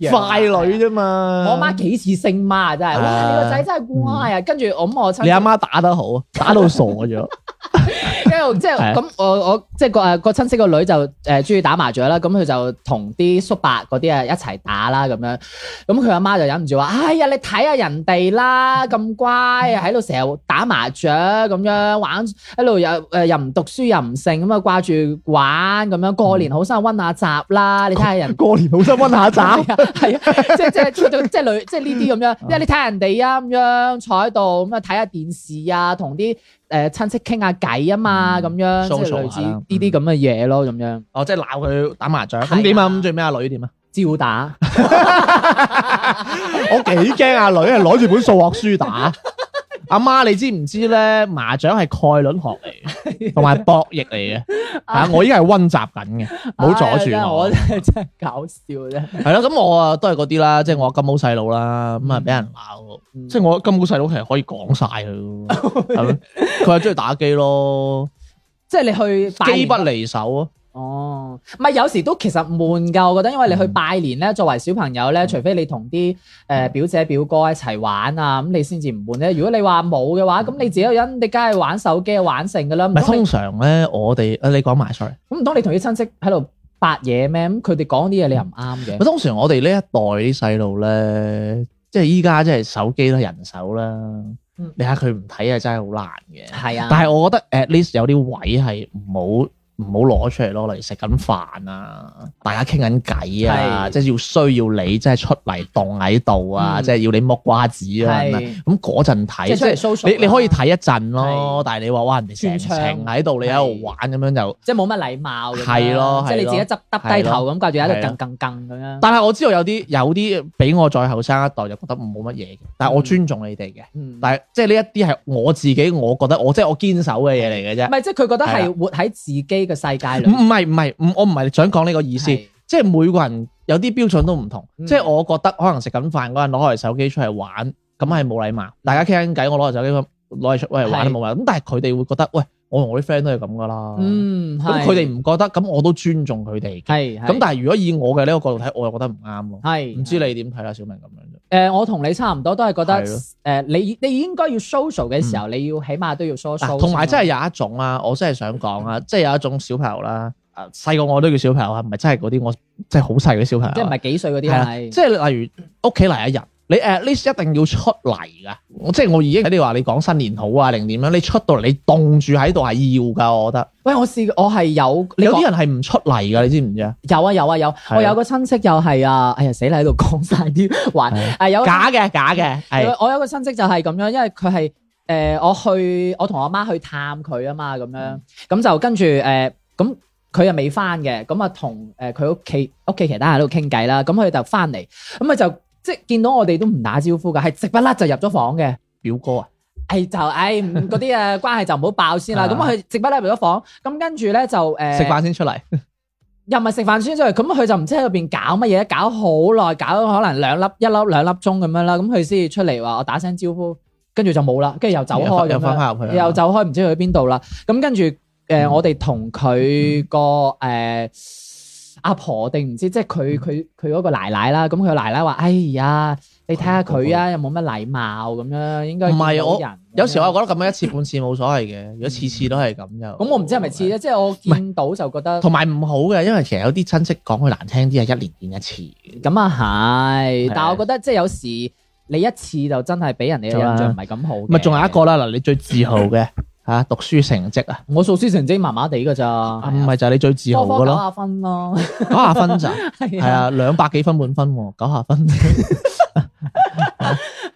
Speaker 2: 嘅，
Speaker 1: 快女啫嘛。
Speaker 2: 我阿媽幾次姓媽啊真係，哇！你個仔真係乖啊！跟住我咁我親
Speaker 1: 你 阿媽打得好，啊打到傻咗。
Speaker 2: 跟住即係
Speaker 1: 係啊
Speaker 2: 咁我我即係個誒個親戚個女就誒中意打麻雀啦，咁佢就同啲叔伯嗰啲啊一齊打啦咁樣，咁佢阿媽就忍唔住話：哎呀，你睇下人哋啦，咁乖啊，喺度成日打麻雀咁樣玩，喺度又誒又唔讀書又唔剩咁啊，掛住玩咁樣，過年好心温下習啦，你睇下人。
Speaker 1: 過年好心温 下爪，
Speaker 2: 係啊，即係即係即係即係女，即係呢啲咁樣，因為你睇下人哋啊咁樣坐喺度咁啊睇下電視啊，同啲誒親戚傾下偈啊嘛，咁樣即係
Speaker 1: social
Speaker 2: 類似
Speaker 1: 下啦嗯
Speaker 2: 呢啲咁嘅嘢咯，咁樣
Speaker 1: 哦，即係鬧佢打麻雀。咁點啊？咁最尾阿女點啊？
Speaker 2: 照打，
Speaker 1: 我幾驚啊阿女係攞住本數學書 打。阿媽，你知唔知咧？麻雀係概率學嚟 嘅，同埋博弈嚟嘅。啊，我依家係温習緊嘅，唔好阻住
Speaker 2: 唉真係
Speaker 1: 我
Speaker 2: 我。真係真係搞笑啫。
Speaker 1: 係咯，咁我啊都係嗰啲啦，即係我金毛細佬啦，咁啊俾人鬧，即係我金毛細佬其實可以講晒佢咯， 係咪？佢係中意打機咯，
Speaker 2: 即係你去拜
Speaker 1: 機
Speaker 2: 年
Speaker 1: 不離手啊，
Speaker 2: 哦，唔係有時都其實悶㗎，我覺得，因為你去拜年咧，作為小朋友咧，除非你同啲誒表姐表哥一齊玩啊，咁你先至唔悶咧。如果你話冇嘅話，咁你自己一個人，你梗係玩手機玩成㗎啦。嗯唔
Speaker 1: 唔係
Speaker 2: 通你
Speaker 1: 通常咧，我哋啊你講埋 sorry，
Speaker 2: 咁唔通你同啲親戚喺度八嘢咩？咁佢哋講啲嘢你又唔啱
Speaker 1: 咪
Speaker 2: 嘅。
Speaker 1: 通常我哋呢一代啲細路咧，即係依家即係手機都係人手啦，
Speaker 2: 嗯
Speaker 1: 你睇下佢唔睇啊真係好難嘅。
Speaker 2: 係啊，
Speaker 1: 但係我覺得 at least 有啲位係唔好唔好攞出嚟咯，例如食緊飯啊，大家傾緊偈啊，
Speaker 2: 係
Speaker 1: 即係要需要你即係出嚟棟喺度啊，
Speaker 2: 嗯
Speaker 1: 即係要你剝瓜子啊，
Speaker 2: 係
Speaker 1: 係咪咁嗰陣
Speaker 2: 即
Speaker 1: 睇，
Speaker 2: 係出
Speaker 1: 即
Speaker 2: 嚟
Speaker 1: 係
Speaker 2: social 啊
Speaker 1: 你你可以睇一陣咯
Speaker 2: 係，
Speaker 1: 但係你話哇人哋成
Speaker 2: 轉場
Speaker 1: 程喺度，你喺度玩咁樣就。
Speaker 2: 即係冇乜禮貌咁樣。
Speaker 1: 係咯
Speaker 2: 即係你
Speaker 1: 係
Speaker 2: 自己
Speaker 1: 咯
Speaker 2: 執耷低頭咁掛住喺
Speaker 1: 係
Speaker 2: 度
Speaker 1: 咯
Speaker 2: 更更更咁樣。
Speaker 1: 但係我知道有啲有啲比我再後生一代就覺得冇乜嘢嘅，但係我尊重你哋嘅，
Speaker 2: 嗯
Speaker 1: 但係即係呢一啲係我自己，我覺得我即係我堅守嘅嘢嚟嘅啫
Speaker 2: 唔。係，即係佢覺得
Speaker 1: 係啦
Speaker 2: 係活喺自己嘅世界
Speaker 1: 唔
Speaker 2: 裏。
Speaker 1: 唔係唔係，唔我唔係想講呢個嗯意思，
Speaker 2: 係
Speaker 1: 即係每個人有啲標準都唔同。
Speaker 2: 嗯
Speaker 1: 即係我覺得可能食緊飯嗰陣攞嚟手機出嚟玩，咁
Speaker 2: 嗯
Speaker 1: 係冇禮貌。大家傾緊偈，我攞嚟手機攞嚟出嚟玩
Speaker 2: 係
Speaker 1: 都冇禮貌。咁但係佢哋會覺得，喂，我同我啲 friend 都係咁噶啦。
Speaker 2: 嗯，
Speaker 1: 哦咁
Speaker 2: 係
Speaker 1: 佢哋唔覺得，咁我都尊重佢哋嘅。
Speaker 2: 係係
Speaker 1: 咁但係如果以我嘅呢個角度睇，我又覺得唔啱咯。
Speaker 2: 係
Speaker 1: 唔知你點睇啦，小明咁樣啫。
Speaker 2: 誒、我同你差唔多，都係覺得
Speaker 1: 係咯嗯
Speaker 2: 誒、你你應該要 social 嘅時候，你要起碼都要
Speaker 1: 嗱
Speaker 2: social 先咯。
Speaker 1: 啊同埋真係有一種啊，我真係想講啊，即係有一種小朋友啦，誒、細個我都叫小朋友啊，唔係真係嗰啲我即係好細嘅小朋友啊，
Speaker 2: 即係唔係幾歲嗰啲
Speaker 1: 係啦
Speaker 2: 係？
Speaker 1: 即係例如屋企嚟一日，你 at least 一定要出嚟噶。我即係我已經喺你話你講新年好啊，定點樣？你出到嚟，你凍住喺度係要噶，我覺得。
Speaker 2: 喂，我試過我係有你
Speaker 1: 有
Speaker 2: 講
Speaker 1: 啲人係唔出嚟噶，你知唔知啊？
Speaker 2: 有啊有啊有，
Speaker 1: 啊
Speaker 2: 我有個親戚又係啊，哎呀死啦喺度講晒啲話，啊有個親
Speaker 1: 假嘅，假嘅，係
Speaker 2: 我有個親戚就係咁樣，因為佢係誒我去我同我媽去探佢啊嘛，咁樣咁就跟住誒咁佢又未翻嘅，咁啊同誒佢屋企屋企其他人喺度傾偈啦，咁佢就翻嚟，咁佢就即係見到我哋都唔打招呼㗎，係直不甩就入咗 房嘅。
Speaker 1: 表哥啊，
Speaker 2: 誒就誒唔嗰啲誒關係就唔好爆先啦，咁
Speaker 1: 啊
Speaker 2: 佢直不甩入咗房，咁跟住咧就誒
Speaker 1: 食飯先出嚟，
Speaker 2: 又唔係食飯先出嚟，咁佢就唔知喺入邊搞乜嘢，搞好耐，搞可能兩粒一粒兩粒鐘咁樣啦，咁佢先出嚟話我打聲招呼，跟住就冇啦，跟住又走開
Speaker 1: 又
Speaker 2: 咁
Speaker 1: 翻
Speaker 2: 樣，
Speaker 1: 返入去啊，
Speaker 2: 又走開唔知去邊度啦。咁跟住誒，呃我哋同佢個誒阿婆定唔知，即係佢佢佢嗰個奶奶啦。咁佢奶奶話：哎呀，你睇下佢啊，有冇乜禮貌咁樣，應該
Speaker 1: 唔係
Speaker 2: 見到
Speaker 1: 我
Speaker 2: 人
Speaker 1: 有時我覺得咁樣一次半次冇所謂嘅，如果次次都係咁就
Speaker 2: 咁我唔知係咪似咧，即係我見到就覺得
Speaker 1: 同埋唔好嘅，因為其實有啲親戚講佢難聽啲係啊一年見一次嘅。
Speaker 2: 咁啊係
Speaker 1: 係，
Speaker 2: 但係我覺得即係有時你一次就真係俾人哋嘅印象唔係咁好嘅。
Speaker 1: 咪仲有一個啦，嗱，你最自豪 嘅嚇讀書成績啊，
Speaker 2: 我數書成績麻麻地㗎咋，
Speaker 1: 唔係就係你最自豪
Speaker 2: 科
Speaker 1: 嘅
Speaker 2: 科九
Speaker 1: 咯，
Speaker 2: 啊分咯，
Speaker 1: 九下分咋，
Speaker 2: 係
Speaker 1: 係
Speaker 2: 啊，
Speaker 1: 啊，兩百幾分滿分喎，九下分。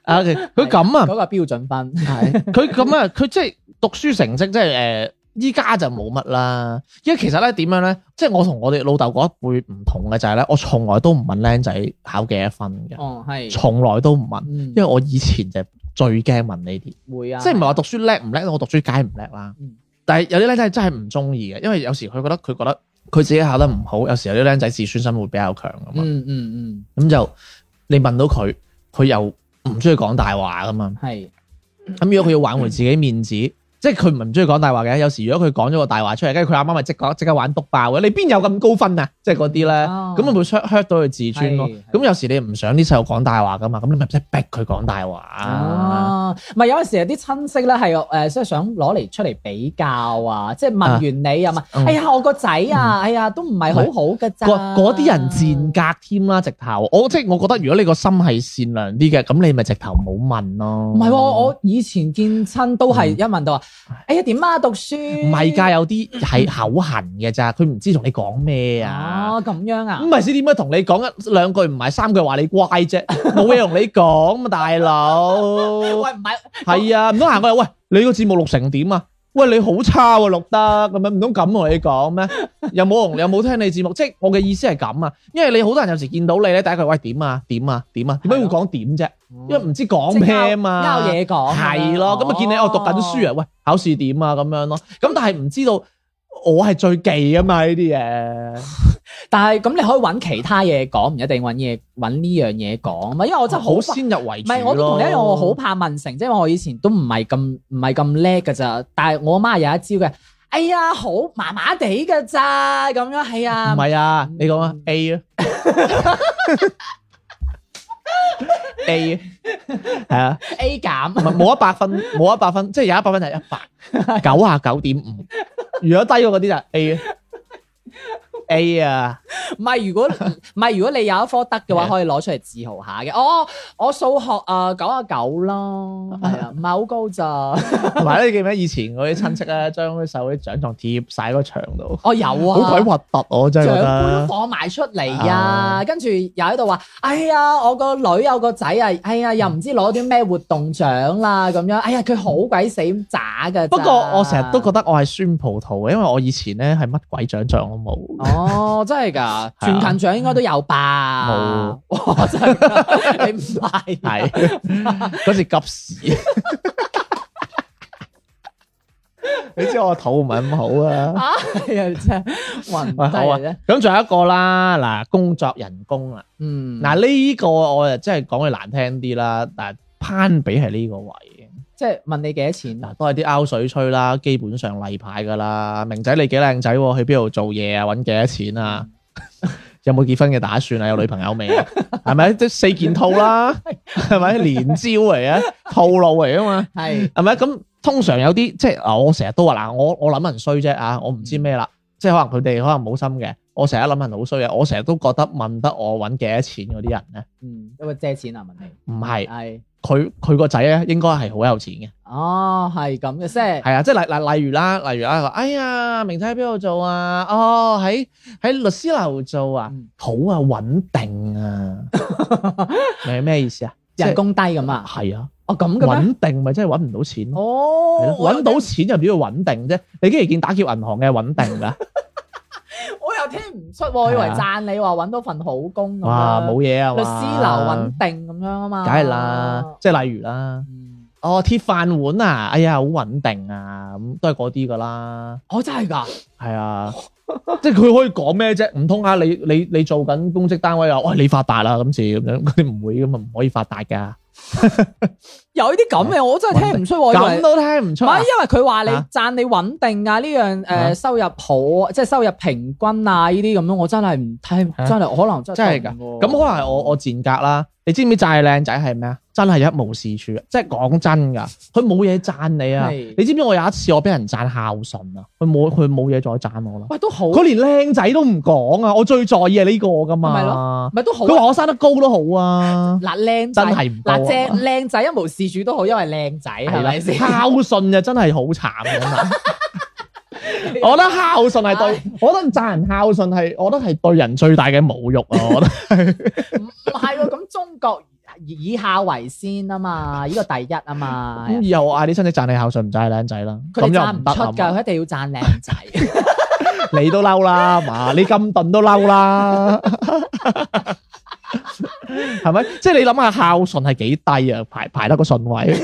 Speaker 1: 啊，佢佢咁啊
Speaker 2: 嗰，個標準分
Speaker 1: 佢咁啊，佢即係讀書成績，即係誒，依家就冇乜啦。因為其實咧點樣咧，即係我同我哋老豆嗰一輩唔同嘅就係咧，我從來都唔問僆仔考幾多分嘅，
Speaker 2: 哦係，
Speaker 1: 從來都唔問，
Speaker 2: 因
Speaker 1: 因為我以前就最驚問呢啲。
Speaker 2: 會啊，
Speaker 1: 即係唔係話讀書叻唔叻？我讀書梗係唔叻啦
Speaker 2: 嗯。
Speaker 1: 但係有啲僆仔真係唔中意嘅，因為有時佢覺得佢覺得佢自己考得唔好，有時有啲僆仔自尊心會比較強噶嘛。
Speaker 2: 嗯嗯
Speaker 1: 咁就你問到佢，佢又唔中意講大話噶嘛
Speaker 2: 嗯。係
Speaker 1: 咁如果佢要挽回自己面子，即係佢唔係唔中意講大話嘅。有時如果佢講咗個大話出嚟，跟住佢阿媽咪即刻即刻玩篤爆嘅。你邊有咁高分啊？即係嗰啲咧，
Speaker 2: 哦
Speaker 1: 咁咪會 hurt hurt 到佢自尊咯
Speaker 2: 係。係
Speaker 1: 咁有時你唔想啲細路講大話噶嘛，咁你咪即係逼佢講大啊話。
Speaker 2: 哦，唔係有陣時有啲親戚咧係誒，即係想攞嚟出嚟比較啊，即係問
Speaker 1: 啊
Speaker 2: 完你啊嘛，
Speaker 1: 嗯
Speaker 2: 哎呀我個仔啊，哎呀都唔係好好㗎咋，
Speaker 1: 嗰嗰啲人賤格添啦，直頭。我即係我覺得，如果你個心係善良啲嘅，咁你咪直頭冇問咯。
Speaker 2: 唔係喎，我以前見親都係一問到話，哎呀點啊讀書？
Speaker 1: 唔係㗎，有啲係口痕嘅咋，佢唔知同你講咩啊。
Speaker 2: 哦咁樣啊
Speaker 1: 咁，咪先點解同你講一兩句唔係三句話你乖啫，冇嘢同你講嘛，大佬。
Speaker 2: 喂唔係
Speaker 1: 係啊，唔通行過嚟喂，你個節目錄成點啊？喂，你好差喎、錄得咁樣，唔通咁同你講咩？有冇同有冇聽你節目？即係我嘅意思係咁啊，因為你好多人有時見到你咧，第一句喂點啊點啊點啊，點解會講點啫？因為唔知講咩啊嘛，
Speaker 2: 嗯即係有嘢哦講
Speaker 1: 係咯，咁啊見你我讀緊書啊，喂考試點啊咁樣咯，咁但係唔知道我係最忌啊嘛呢啲嘢，
Speaker 2: 但係咁你可以揾其他嘢講，唔一定揾嘢揾呢樣嘢講啊嘛，因為我真係好
Speaker 1: 好
Speaker 2: 怕
Speaker 1: 先入為
Speaker 2: 唔
Speaker 1: 主咯。
Speaker 2: 係，我都同你一樣，我好怕問成，即係我以前都唔係咁唔係咁叻㗎咋。但係我媽有一招嘅，哎呀，好麻麻地㗎咋，咁樣係啊
Speaker 1: 唔，係啊，你講啊 A 啊 A 啊，係啊，
Speaker 2: A
Speaker 1: 唔
Speaker 2: 減，
Speaker 1: 係冇一百分，冇一百分，即係有一百分就係一百九啊九點五，如果低過嗰啲就係 A 啊 A 啊，
Speaker 2: 唔 係如果唔係如果你有一科得嘅話，
Speaker 1: 係啊
Speaker 2: 可以攞出嚟自豪下嘅。哦，我數學啊九啊九咯，係啊，唔係好 高咋。
Speaker 1: 同埋咧，你記唔記得以前嗰啲親戚咧，將啲手啲獎狀貼晒喺個牆度，
Speaker 2: 我有啊，
Speaker 1: 好鬼核突，我真係覺
Speaker 2: 長官
Speaker 1: 得。
Speaker 2: 放埋出嚟啊，跟住又喺度話：哎呀，我個女有個仔啊，哎呀，又唔知攞啲咩活動獎啦咁樣，哎呀，佢好鬼死渣噶。
Speaker 1: 不過我成日都覺，得我係酸葡萄嘅，因為我以前咧係乜鬼獎狀都冇。
Speaker 2: 哦，真係
Speaker 1: 啊
Speaker 2: 㗎，全勤獎應該都有 吧？冇，哇，真係㗎，你唔係
Speaker 1: 係嗰時急屎。 你知我肚唔係咁好啊？
Speaker 2: 啊， 哎呀，真係暈
Speaker 1: 喂，好啊
Speaker 2: 低啫。。
Speaker 1: 咁仲有一個啦，嗱，工作人工啦，
Speaker 2: 嗯，嗱，
Speaker 1: 嗱呢個我誒真係講句難聽啲啦，但係攀比係呢個位嘅。
Speaker 2: 即係問你幾多錢啊？
Speaker 1: 嗱，都係啲拗水吹啦，基本上例牌噶啦。明仔你幾靚仔喎？去邊度做嘢啊？揾幾多錢啊？ 有冇結婚嘅打算啊？有女朋友未 啊？係咪？即四件套 啦，係咪？連招嚟啊，套路嚟啊嘛。
Speaker 2: 係
Speaker 1: 係咪？咁通常有啲即係啊，我成日都話嗱，我我諗人衰啫啊，我唔知咩啦。即係可能佢哋可能冇心嘅。我成日諗人好衰嘅，我成日都覺得問得我揾幾多錢嗰啲人咧，
Speaker 2: 嗯，因為借錢啊，問你
Speaker 1: 唔係
Speaker 2: 係
Speaker 1: 佢佢個仔咧應該係好有錢嘅。
Speaker 2: 哦，係咁嘅，即係
Speaker 1: 係啊，即係例例例如啦，例如啦，佢話哎呀，明仔喺邊度做啊？哦，喺喺律師樓做啊，
Speaker 2: 嗯
Speaker 1: 好啊，穩定 啊，明咩意思啊？即係
Speaker 2: 人工低咁啊，
Speaker 1: 係啊，
Speaker 2: 哦咁嘅咩？
Speaker 1: 穩定咪真係揾唔到錢咯，係
Speaker 2: 哦，
Speaker 1: 咯，揾到錢就叫做穩定啫。你竟然見打劫銀行嘅穩定啊 㗎？
Speaker 2: 我又聽唔出喎，我以為讚你話揾到份好工咁
Speaker 1: 啊哇，
Speaker 2: 樣
Speaker 1: 冇嘢啊嘛，
Speaker 2: 律師樓穩定咁樣啊嘛，嗯
Speaker 1: 梗係啦，即係例如啦，哦，鐵飯碗啊，哎呀，好穩定啊，咁都係嗰啲㗎啦。
Speaker 2: 哦，我真係㗎，
Speaker 1: 系啊， 即系佢可以講咩啫？唔通啊，你你你做緊公職單位啊，喂，你發達啦，今次咁樣， 佢哋唔會咁啊，唔可以發達噶，
Speaker 2: 有呢啲咁嘅，我真係聽唔出喎，我以為
Speaker 1: 咁都聽唔
Speaker 2: 唔
Speaker 1: 出啊
Speaker 2: 係，因為佢話你
Speaker 1: 啊
Speaker 2: 讚你穩定啊，呢樣
Speaker 1: 啊
Speaker 2: 誒收入好，即係收入平均啊，呢啲咁樣，我真係唔睇，
Speaker 1: 啊
Speaker 2: 真係可能真
Speaker 1: 真係
Speaker 2: 係
Speaker 1: 噶。
Speaker 2: 㗎。
Speaker 1: 咁可能係我我賤格啦，你知唔知讚你靚仔係咩啊？真係一無是處，即係講真㗎，佢冇嘢讚你啊！
Speaker 2: 係
Speaker 1: 你知唔知我有一次我俾人讚孝順啊？佢冇佢冇嘢再讚我啦，
Speaker 2: 喂都好，啊
Speaker 1: 佢連靚仔都唔講啊！我最在意係呢個㗎
Speaker 2: 咪
Speaker 1: 嘛，
Speaker 2: 咪都好啊。
Speaker 1: 佢話我生得高都好啊。
Speaker 2: 嗱靚仔
Speaker 1: 真係唔高啊
Speaker 2: 嗱正靚仔一無是處都好，因為靚仔
Speaker 1: 係
Speaker 2: 係
Speaker 1: 啦
Speaker 2: 咪 先？
Speaker 1: 孝順就真係好慘噶 嘛。我覺得孝順係對，我覺得讚人孝順係，我覺得係對人最大嘅侮辱啊！ 我覺得
Speaker 2: 唔係喎，咁中國以以孝為先啊嘛，呢個第一啊嘛。
Speaker 1: 咁以後我嗌啲親戚讚你孝順，唔讚你靚仔啦，
Speaker 2: 佢
Speaker 1: 嗯
Speaker 2: 哋
Speaker 1: 咁
Speaker 2: 讚
Speaker 1: 又
Speaker 2: 唔
Speaker 1: 唔得
Speaker 2: 出
Speaker 1: 啊
Speaker 2: 㗎，
Speaker 1: 嘛！
Speaker 2: 佢一定要讚靚 仔。
Speaker 1: 你都嬲 啦，係嘛？你咁鈍都嬲啦，係咪？即係你諗下孝順係幾低啊？排排得個順 位，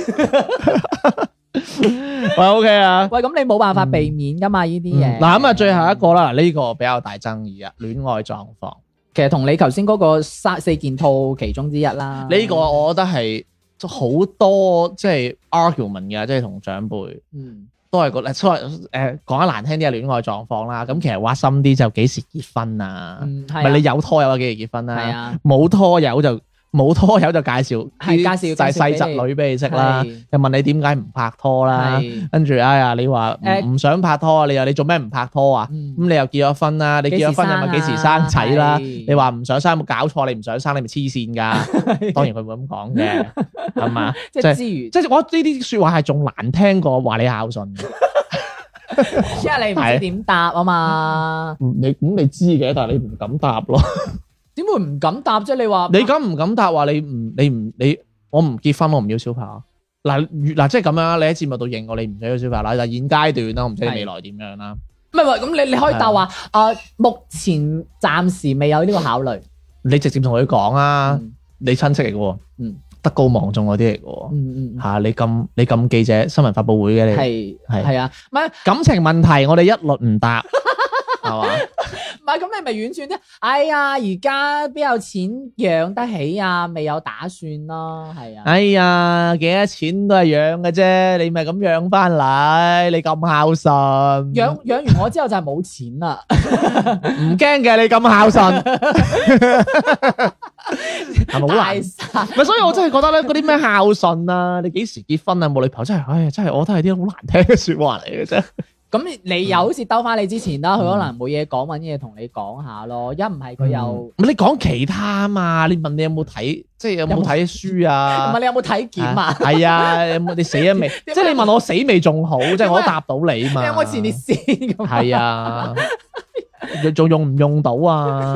Speaker 1: 喂，OK 啊。
Speaker 2: 喂，咁你冇辦法避免㗎嘛？呢啲
Speaker 1: 嗯
Speaker 2: 嘢
Speaker 1: 嗱咁啊，最後一個啦，嗱呢個比較大爭議啊，戀愛狀況。
Speaker 2: 其實同你頭先嗰個三四件套其中之一啦。
Speaker 1: 呢個我覺得係好多即係 argument 嘅，即係同長輩
Speaker 2: 嗯
Speaker 1: 都係個誒，所謂誒講得難聽啲係戀愛狀況啦。咁其實挖深啲就幾時結婚啊？
Speaker 2: 嗯係
Speaker 1: 咪、
Speaker 2: 啊
Speaker 1: 你有拖友啊幾時結婚啦、
Speaker 2: 係啊。
Speaker 1: 冇拖友就冇拖友就介紹
Speaker 2: 係
Speaker 1: 啲
Speaker 2: 介紹
Speaker 1: 就係
Speaker 2: 介紹俾
Speaker 1: 細
Speaker 2: 你
Speaker 1: 侄女俾你識啦
Speaker 2: 係，
Speaker 1: 又問你點解唔拍拖啦
Speaker 2: 係，
Speaker 1: 跟住哎呀你話唔
Speaker 2: 誒
Speaker 1: 唔想拍拖啊，你又你做咩唔拍拖啊？
Speaker 2: 嗯
Speaker 1: 咁你又結咗婚啦，你
Speaker 2: 幾時
Speaker 1: 結咗婚
Speaker 2: 生
Speaker 1: 又咪幾時
Speaker 2: 啊
Speaker 1: 生仔啦？
Speaker 2: 係
Speaker 1: 你話唔想生有冇搞錯？你唔想生你咪黐線 㗎，當然佢會咁講嘅，係嘛？
Speaker 2: 即
Speaker 1: 即
Speaker 2: 係
Speaker 1: 係
Speaker 2: 之餘，
Speaker 1: 即係我覺得呢啲説話係仲難聽過話你孝順 嘅。
Speaker 2: 因為你唔知點答啊嘛，
Speaker 1: 嗯你咁你知嘅，但係你唔敢答咯。
Speaker 2: 點會唔敢答啫？你話
Speaker 1: 你敢唔敢答話你唔你唔你我唔結婚，我唔要小朋友。嗱如嗱即係咁樣啦，你喺節目度認我你唔想要小朋友啦，但係現階段啦，我唔知你未來點樣啦。
Speaker 2: 唔係唔係咁，你你可以答話啊，目前暫時未有呢個考慮。
Speaker 1: 你直接同佢講啊，
Speaker 2: 嗯
Speaker 1: 你親戚嚟嘅喎，
Speaker 2: 嗯
Speaker 1: 德高望重嗰啲嚟嘅喎。
Speaker 2: 嗯嗯，
Speaker 1: 吓、你咁你咁記者新聞發佈會嘅你，
Speaker 2: 係
Speaker 1: 係
Speaker 2: 係啊，唔係
Speaker 1: 感情問題我哋一律唔 答，係嘛？
Speaker 2: 唔係咁，你咪婉轉啲。哎呀，而家邊有錢養得起啊？未有打算啦，係啊。
Speaker 1: 哎呀，幾多錢都係養嘅啫，你咪咁養翻嚟，你咁孝順，
Speaker 2: 養養完我之後就係冇錢啦，
Speaker 1: 唔驚嘅，你咁孝 順，係咪好難
Speaker 2: 大？晒
Speaker 1: 咪所以我真係覺得咧，嗰啲咩孝順啊，你幾時結婚啊，冇女朋友真係，唉、真係我覺得係啲好難聽嘅説話嚟嘅啫。
Speaker 2: 咁你又好似兜翻你之前啦，佢可能冇嘢講，揾嘢同你講下咯。一唔係佢又
Speaker 1: 嗯唔係你講其他啊嘛？你問你有冇睇，即係有冇睇書
Speaker 2: 唔
Speaker 1: 啊
Speaker 2: 係？你有冇體檢啊？
Speaker 1: 係啊，有冇你死咗未？即係你問我死未仲好，即係我都答到你
Speaker 2: 你
Speaker 1: 嘛。
Speaker 2: 有冇前列腺咁啊？
Speaker 1: 係啊，仲用唔用到啊？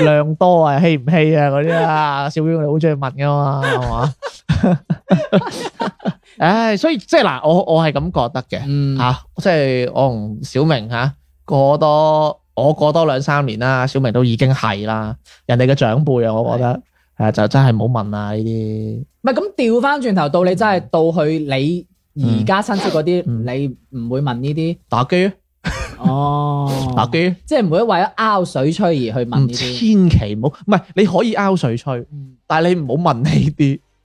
Speaker 1: 量多啊，稀唔稀啊？嗰啲啊，小表你好中意問噶嘛，係嘛？à. 唉，所以即係嗱，我我係咁覺得嘅。
Speaker 2: 嗯
Speaker 1: 啊，即係我同小明吓、過多我過多兩三年啦，小明都已經係啦，人哋嘅長輩啊，我覺得誒就真係唔好問啦呢啲，
Speaker 2: 唔係咁調翻轉頭到你真係到去你而家親戚嗰
Speaker 1: 嗯
Speaker 2: 啲，你唔會問呢啲
Speaker 1: 打機
Speaker 2: 哦，
Speaker 1: 打機，
Speaker 2: 即係唔會為咗拗水吹而去問
Speaker 1: 唔
Speaker 2: 呢啲。
Speaker 1: 嗯千祈唔好，唔係你可以拗水吹，
Speaker 2: 嗯
Speaker 1: 但係你唔好問呢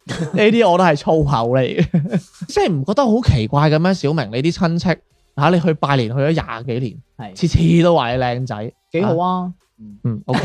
Speaker 1: 啲，呢啲我都係粗口嚟 嘅，即係唔覺得好奇怪嘅咩？小明你啲親戚嚇、啊你去拜年去咗廿幾年，
Speaker 2: 係
Speaker 1: 次次都話你靚仔，
Speaker 2: 幾好啊！
Speaker 1: 嗯，OK，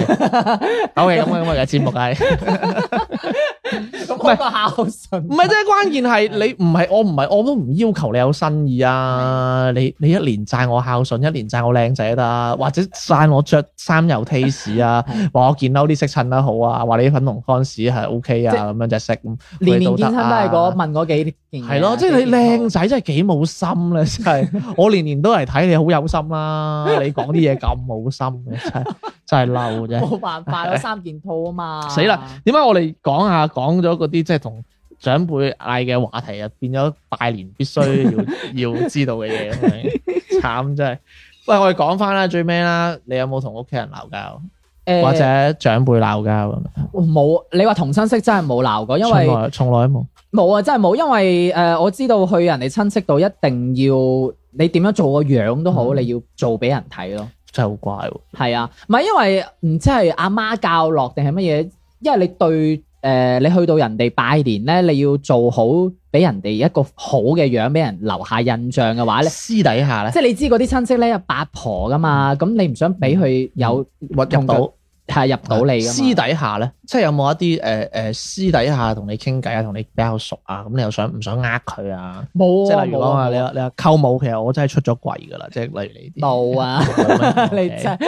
Speaker 1: 好嘅，咁我咁我嘅節目係。
Speaker 2: 咁開個孝順
Speaker 1: 唔係，即係關鍵係你唔係我唔係我都唔要求你有新意啊！你你一年讚我孝順，一年讚我靚仔得，或者讚我着衫有 taste 啊，話我件褸啲色襯得好啊，話你啲粉紅 cons 係 OK 啊，
Speaker 2: 即
Speaker 1: 咁樣隻色咁，
Speaker 2: 年年
Speaker 1: 你
Speaker 2: 健
Speaker 1: 得
Speaker 2: 身都
Speaker 1: 啊
Speaker 2: 係嗰問嗰幾件嘢。
Speaker 1: 係咯，即係你靚仔真係幾冇心咧， 真係我年年都嚟睇你好有心啦，你講啲嘢咁冇心嘅，真係真係嬲啫。
Speaker 2: 冇辦法咯，三件套啊 嘛。
Speaker 1: 死啦！點解我哋講下講咗嗰啲即係同長輩嗌嘅話題啊，變咗拜年必須要要知道嘅嘢，係咪慘真係。喂，我哋講翻啦，最尾啦，你有冇同屋企人鬧交，
Speaker 2: 誒
Speaker 1: 或者長輩鬧交咁樣？
Speaker 2: 冇，你話同親戚真係冇鬧過，因
Speaker 1: 從
Speaker 2: 為
Speaker 1: 來從來都冇。
Speaker 2: 冇啊，真係冇，因為誒、呃我知道去人哋親戚度一定要你點樣做個樣都好，
Speaker 1: 嗯
Speaker 2: 你要做俾人睇咯。
Speaker 1: 真係好怪喎！
Speaker 2: 係啊，唔係因為唔知係阿媽教落定係乜嘢，因為你對誒、呃你去到人哋拜年咧，你要做好俾人哋一個好嘅樣，俾人留下印象 嘅話咧。
Speaker 1: 私底下咧，
Speaker 2: 即係你知嗰啲親戚咧有八婆噶嘛，咁你唔想俾佢有
Speaker 1: 入到
Speaker 2: 係入到你噶
Speaker 1: 私底下咧，即係有冇一啲誒誒私底下同你傾偈啊，同你比較熟啊，咁你又想唔想呃佢啊？
Speaker 2: 冇
Speaker 1: 即
Speaker 2: 啊
Speaker 1: 係例如
Speaker 2: 冇
Speaker 1: 講
Speaker 2: 啊
Speaker 1: 話你話你話舅母，其實我真係出咗櫃㗎啦，即係例如呢啲。
Speaker 2: 冇啊，
Speaker 1: 咁樣
Speaker 2: 你
Speaker 1: OK
Speaker 2: 真係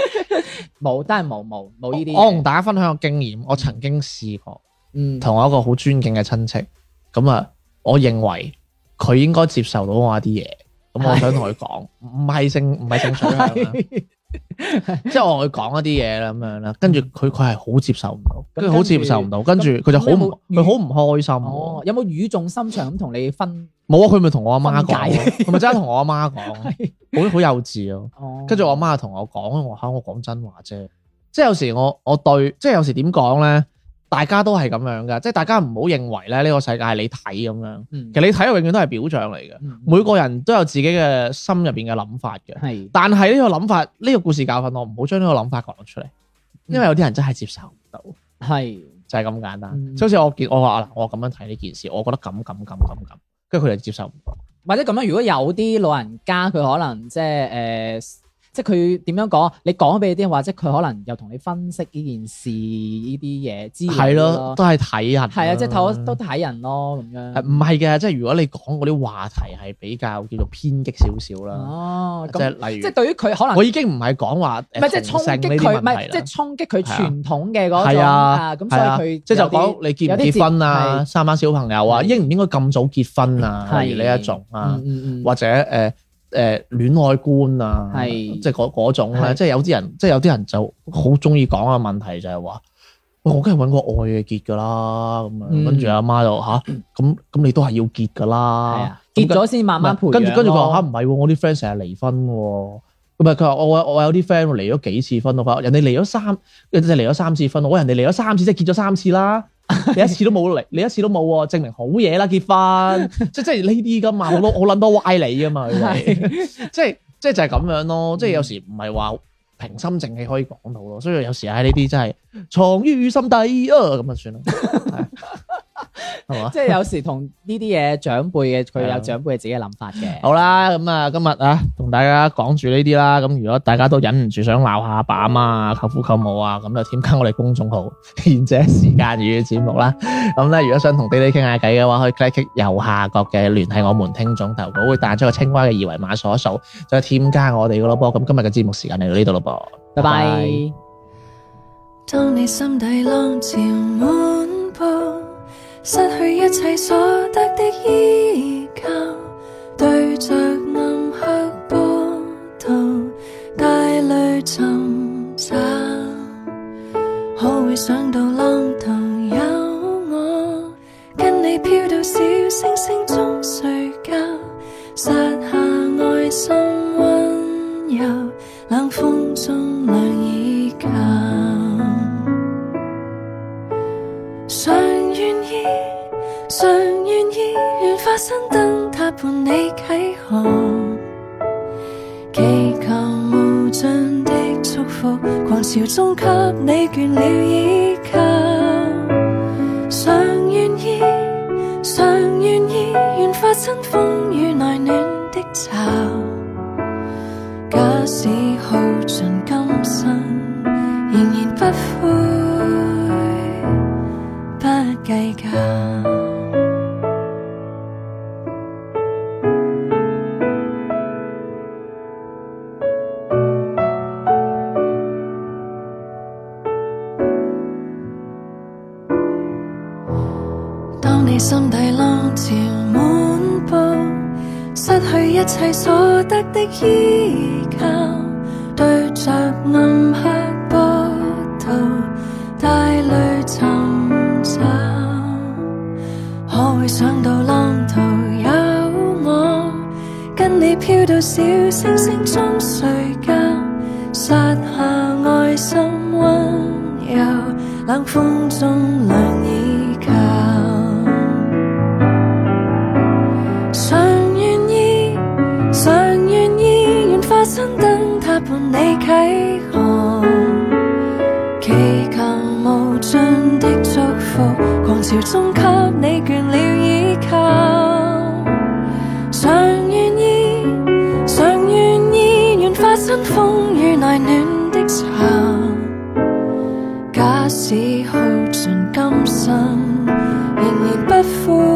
Speaker 2: 冇，真係冇冇冇呢啲嘢。
Speaker 1: 我同大家分享個經驗，我曾經試過
Speaker 2: 嗯
Speaker 1: 同我一個好尊敬嘅親戚，咁啊，我認為佢應該接受到我一啲嘢，咁我想同佢講，唔係性唔係性取向啦，即係我同佢講一啲嘢啦咁樣啦，跟住佢佢係好接受唔到，
Speaker 2: 咁
Speaker 1: 跟住好接受唔到，跟住佢就好唔
Speaker 2: 咁你
Speaker 1: 佢
Speaker 2: 有冇
Speaker 1: 好唔開心
Speaker 2: 哦
Speaker 1: 喎，，
Speaker 2: 有冇語重心長咁同你分？
Speaker 1: 冇啊，佢咪同我阿媽講
Speaker 2: 分解，
Speaker 1: 佢咪真係同我阿媽 講，好好幼稚啊！
Speaker 2: 哦
Speaker 1: 跟住我媽同我講，我嚇我講真話啫。即係有時我我對，即係有時點講咧，大家都係咁樣噶。即係大家唔好認為咧呢個世界係你睇咁樣。
Speaker 2: 嗯
Speaker 1: 其實你睇永遠都係表象嚟嘅，
Speaker 2: 嗯
Speaker 1: 每個人都有自己嘅心入邊嘅諗法嘅。
Speaker 2: 係
Speaker 1: 但係呢個諗法，呢、個故事教訓我唔好將呢個諗法講出嚟，
Speaker 2: 嗯
Speaker 1: 因為有啲人真係接受唔到，
Speaker 2: 係
Speaker 1: 就係咁簡單。
Speaker 2: 嗯
Speaker 1: 即係好似我見我話嗱，我咁樣睇呢件事，我覺得咁咁咁咁咁，跟住佢哋接受唔到。
Speaker 2: 或者咁樣，如果有啲老人家佢可能即係誒，即係佢點樣講？你講俾佢啲，或者佢可能又同你分析呢件事呢啲嘢之類
Speaker 1: 係咯，
Speaker 2: 咯。
Speaker 1: 都係睇人啦。
Speaker 2: 係啊，即係睇都睇人咯，咁
Speaker 1: 誒
Speaker 2: 樣。
Speaker 1: 唔係嘅，即係如果你講嗰啲話題係比較叫做偏激少少啦，
Speaker 2: 哦，
Speaker 1: 即係
Speaker 2: 咁
Speaker 1: 例
Speaker 2: 即
Speaker 1: 如，
Speaker 2: 係對於佢可能
Speaker 1: 我已經唔係講話
Speaker 2: 唔
Speaker 1: 唔
Speaker 2: 係即係衝擊佢，唔係即係衝擊佢
Speaker 1: 係啊
Speaker 2: 傳統嘅嗰
Speaker 1: 係
Speaker 2: 種
Speaker 1: 啊
Speaker 2: 啊，咁
Speaker 1: 係啊，
Speaker 2: 所以佢
Speaker 1: 即係就
Speaker 2: 有啲
Speaker 1: 講你結唔
Speaker 2: 有啲
Speaker 1: 結婚
Speaker 2: 節
Speaker 1: 啊，生唔生小朋友啊，
Speaker 2: 係
Speaker 1: 應唔應該咁早結婚啊，
Speaker 2: 係
Speaker 1: 例如呢一種啊
Speaker 2: 嗯，嗯嗯，
Speaker 1: 或者誒誒戀愛觀啊，
Speaker 2: 係
Speaker 1: 即係嗰嗰種咧，
Speaker 2: 係
Speaker 1: 即係有啲人即係有啲人就好中意講啊嘅問題就係話。喂，我梗係揾個愛嘅結㗎啦，咁樣
Speaker 2: 嗯
Speaker 1: 跟住阿媽就吓，咁咁你都係要結㗎
Speaker 2: 係
Speaker 1: 啦
Speaker 2: 啊，，結咗先慢慢培養咯。
Speaker 1: 跟住跟住佢 話啊嚇唔係喎，我啲 friend 成日離婚喎。咁啊咪佢話我我我有啲 friend 離咗幾次婚咯，佢話人哋離咗三，人哋離咗三次婚，我人哋離咗三次即係結咗三次啦， 你一次都冇離，你一次都冇喎，證明好嘢啦結婚， 即即係呢啲噶嘛，好多好撚多歪理噶嘛，佢哋 即係即係就係咁樣咯，即係有時唔係話平心靜氣可以講到咯，所以有時喺呢啲真係藏於心底啊咁啊算啦，係係嘛？
Speaker 2: 即係有時同呢啲嘢長輩嘅，
Speaker 1: 係
Speaker 2: 佢
Speaker 1: 啊
Speaker 2: 有長輩自己嘅諗法嘅。
Speaker 1: 好啦，咁啊，今日啊，同大家講住呢啲啦。咁如果大家都忍唔住想鬧下爸媽啊、舅父舅母啊，咁就添加我哋公眾號 「賢者時間與」節目啦。咁咧，如果想同 Daddy 傾下偈嘅話，可以 click click 右下角嘅聯繫我們聽眾投稿，會彈出個青蛙嘅二維碼掃一掃，再添加我哋嘅咯噃。咁今日嘅節目時間嚟到呢度咯噃。拜
Speaker 2: 拜拜
Speaker 1: 拜。
Speaker 5: 当你心底浪潮满布，失去一切所得的依靠，对着暗黑波涛，带泪寻找，可会想到浪途有我，跟你飘到小星星中睡觉，撒下爱心温柔，冷风中亮依靠。常願意，常願意，願化身燈塔伴你啟航，祈求無盡的祝福，狂潮中給你倦了依靠。常願意，常願意，願化身風雨內暖的巢，假使耗盡今生。要不悔，不計較。當你心底浪潮滿布，失去一切所得的依靠，對着暗黑波濤，帶淚尋找。可會想到浪途有我，跟你飄到小星星中睡覺，撒下愛心溫柔，冷風中兩倚靠。常願意，常願意，願化身燈塔伴你啟航，祈求無盡的祝福，狂潮中給你倦了倚靠。常願意，常願意，願化身風雨內暖的巢，假使耗盡今生，仍然不悔。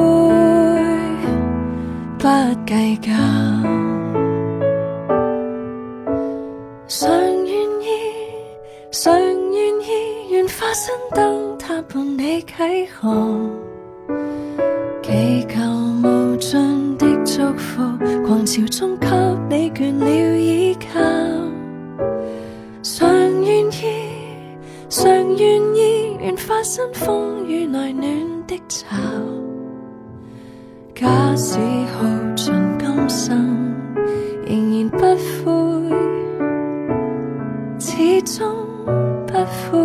Speaker 5: 不計較。常願意，常願意，願化身燈塔伴你啟航，祈求無盡的祝福，狂潮中給你倦了倚靠。常願意，常願意，願化身風雨內暖的巢。假使耗盡今生，仍然不悔，始終不悔。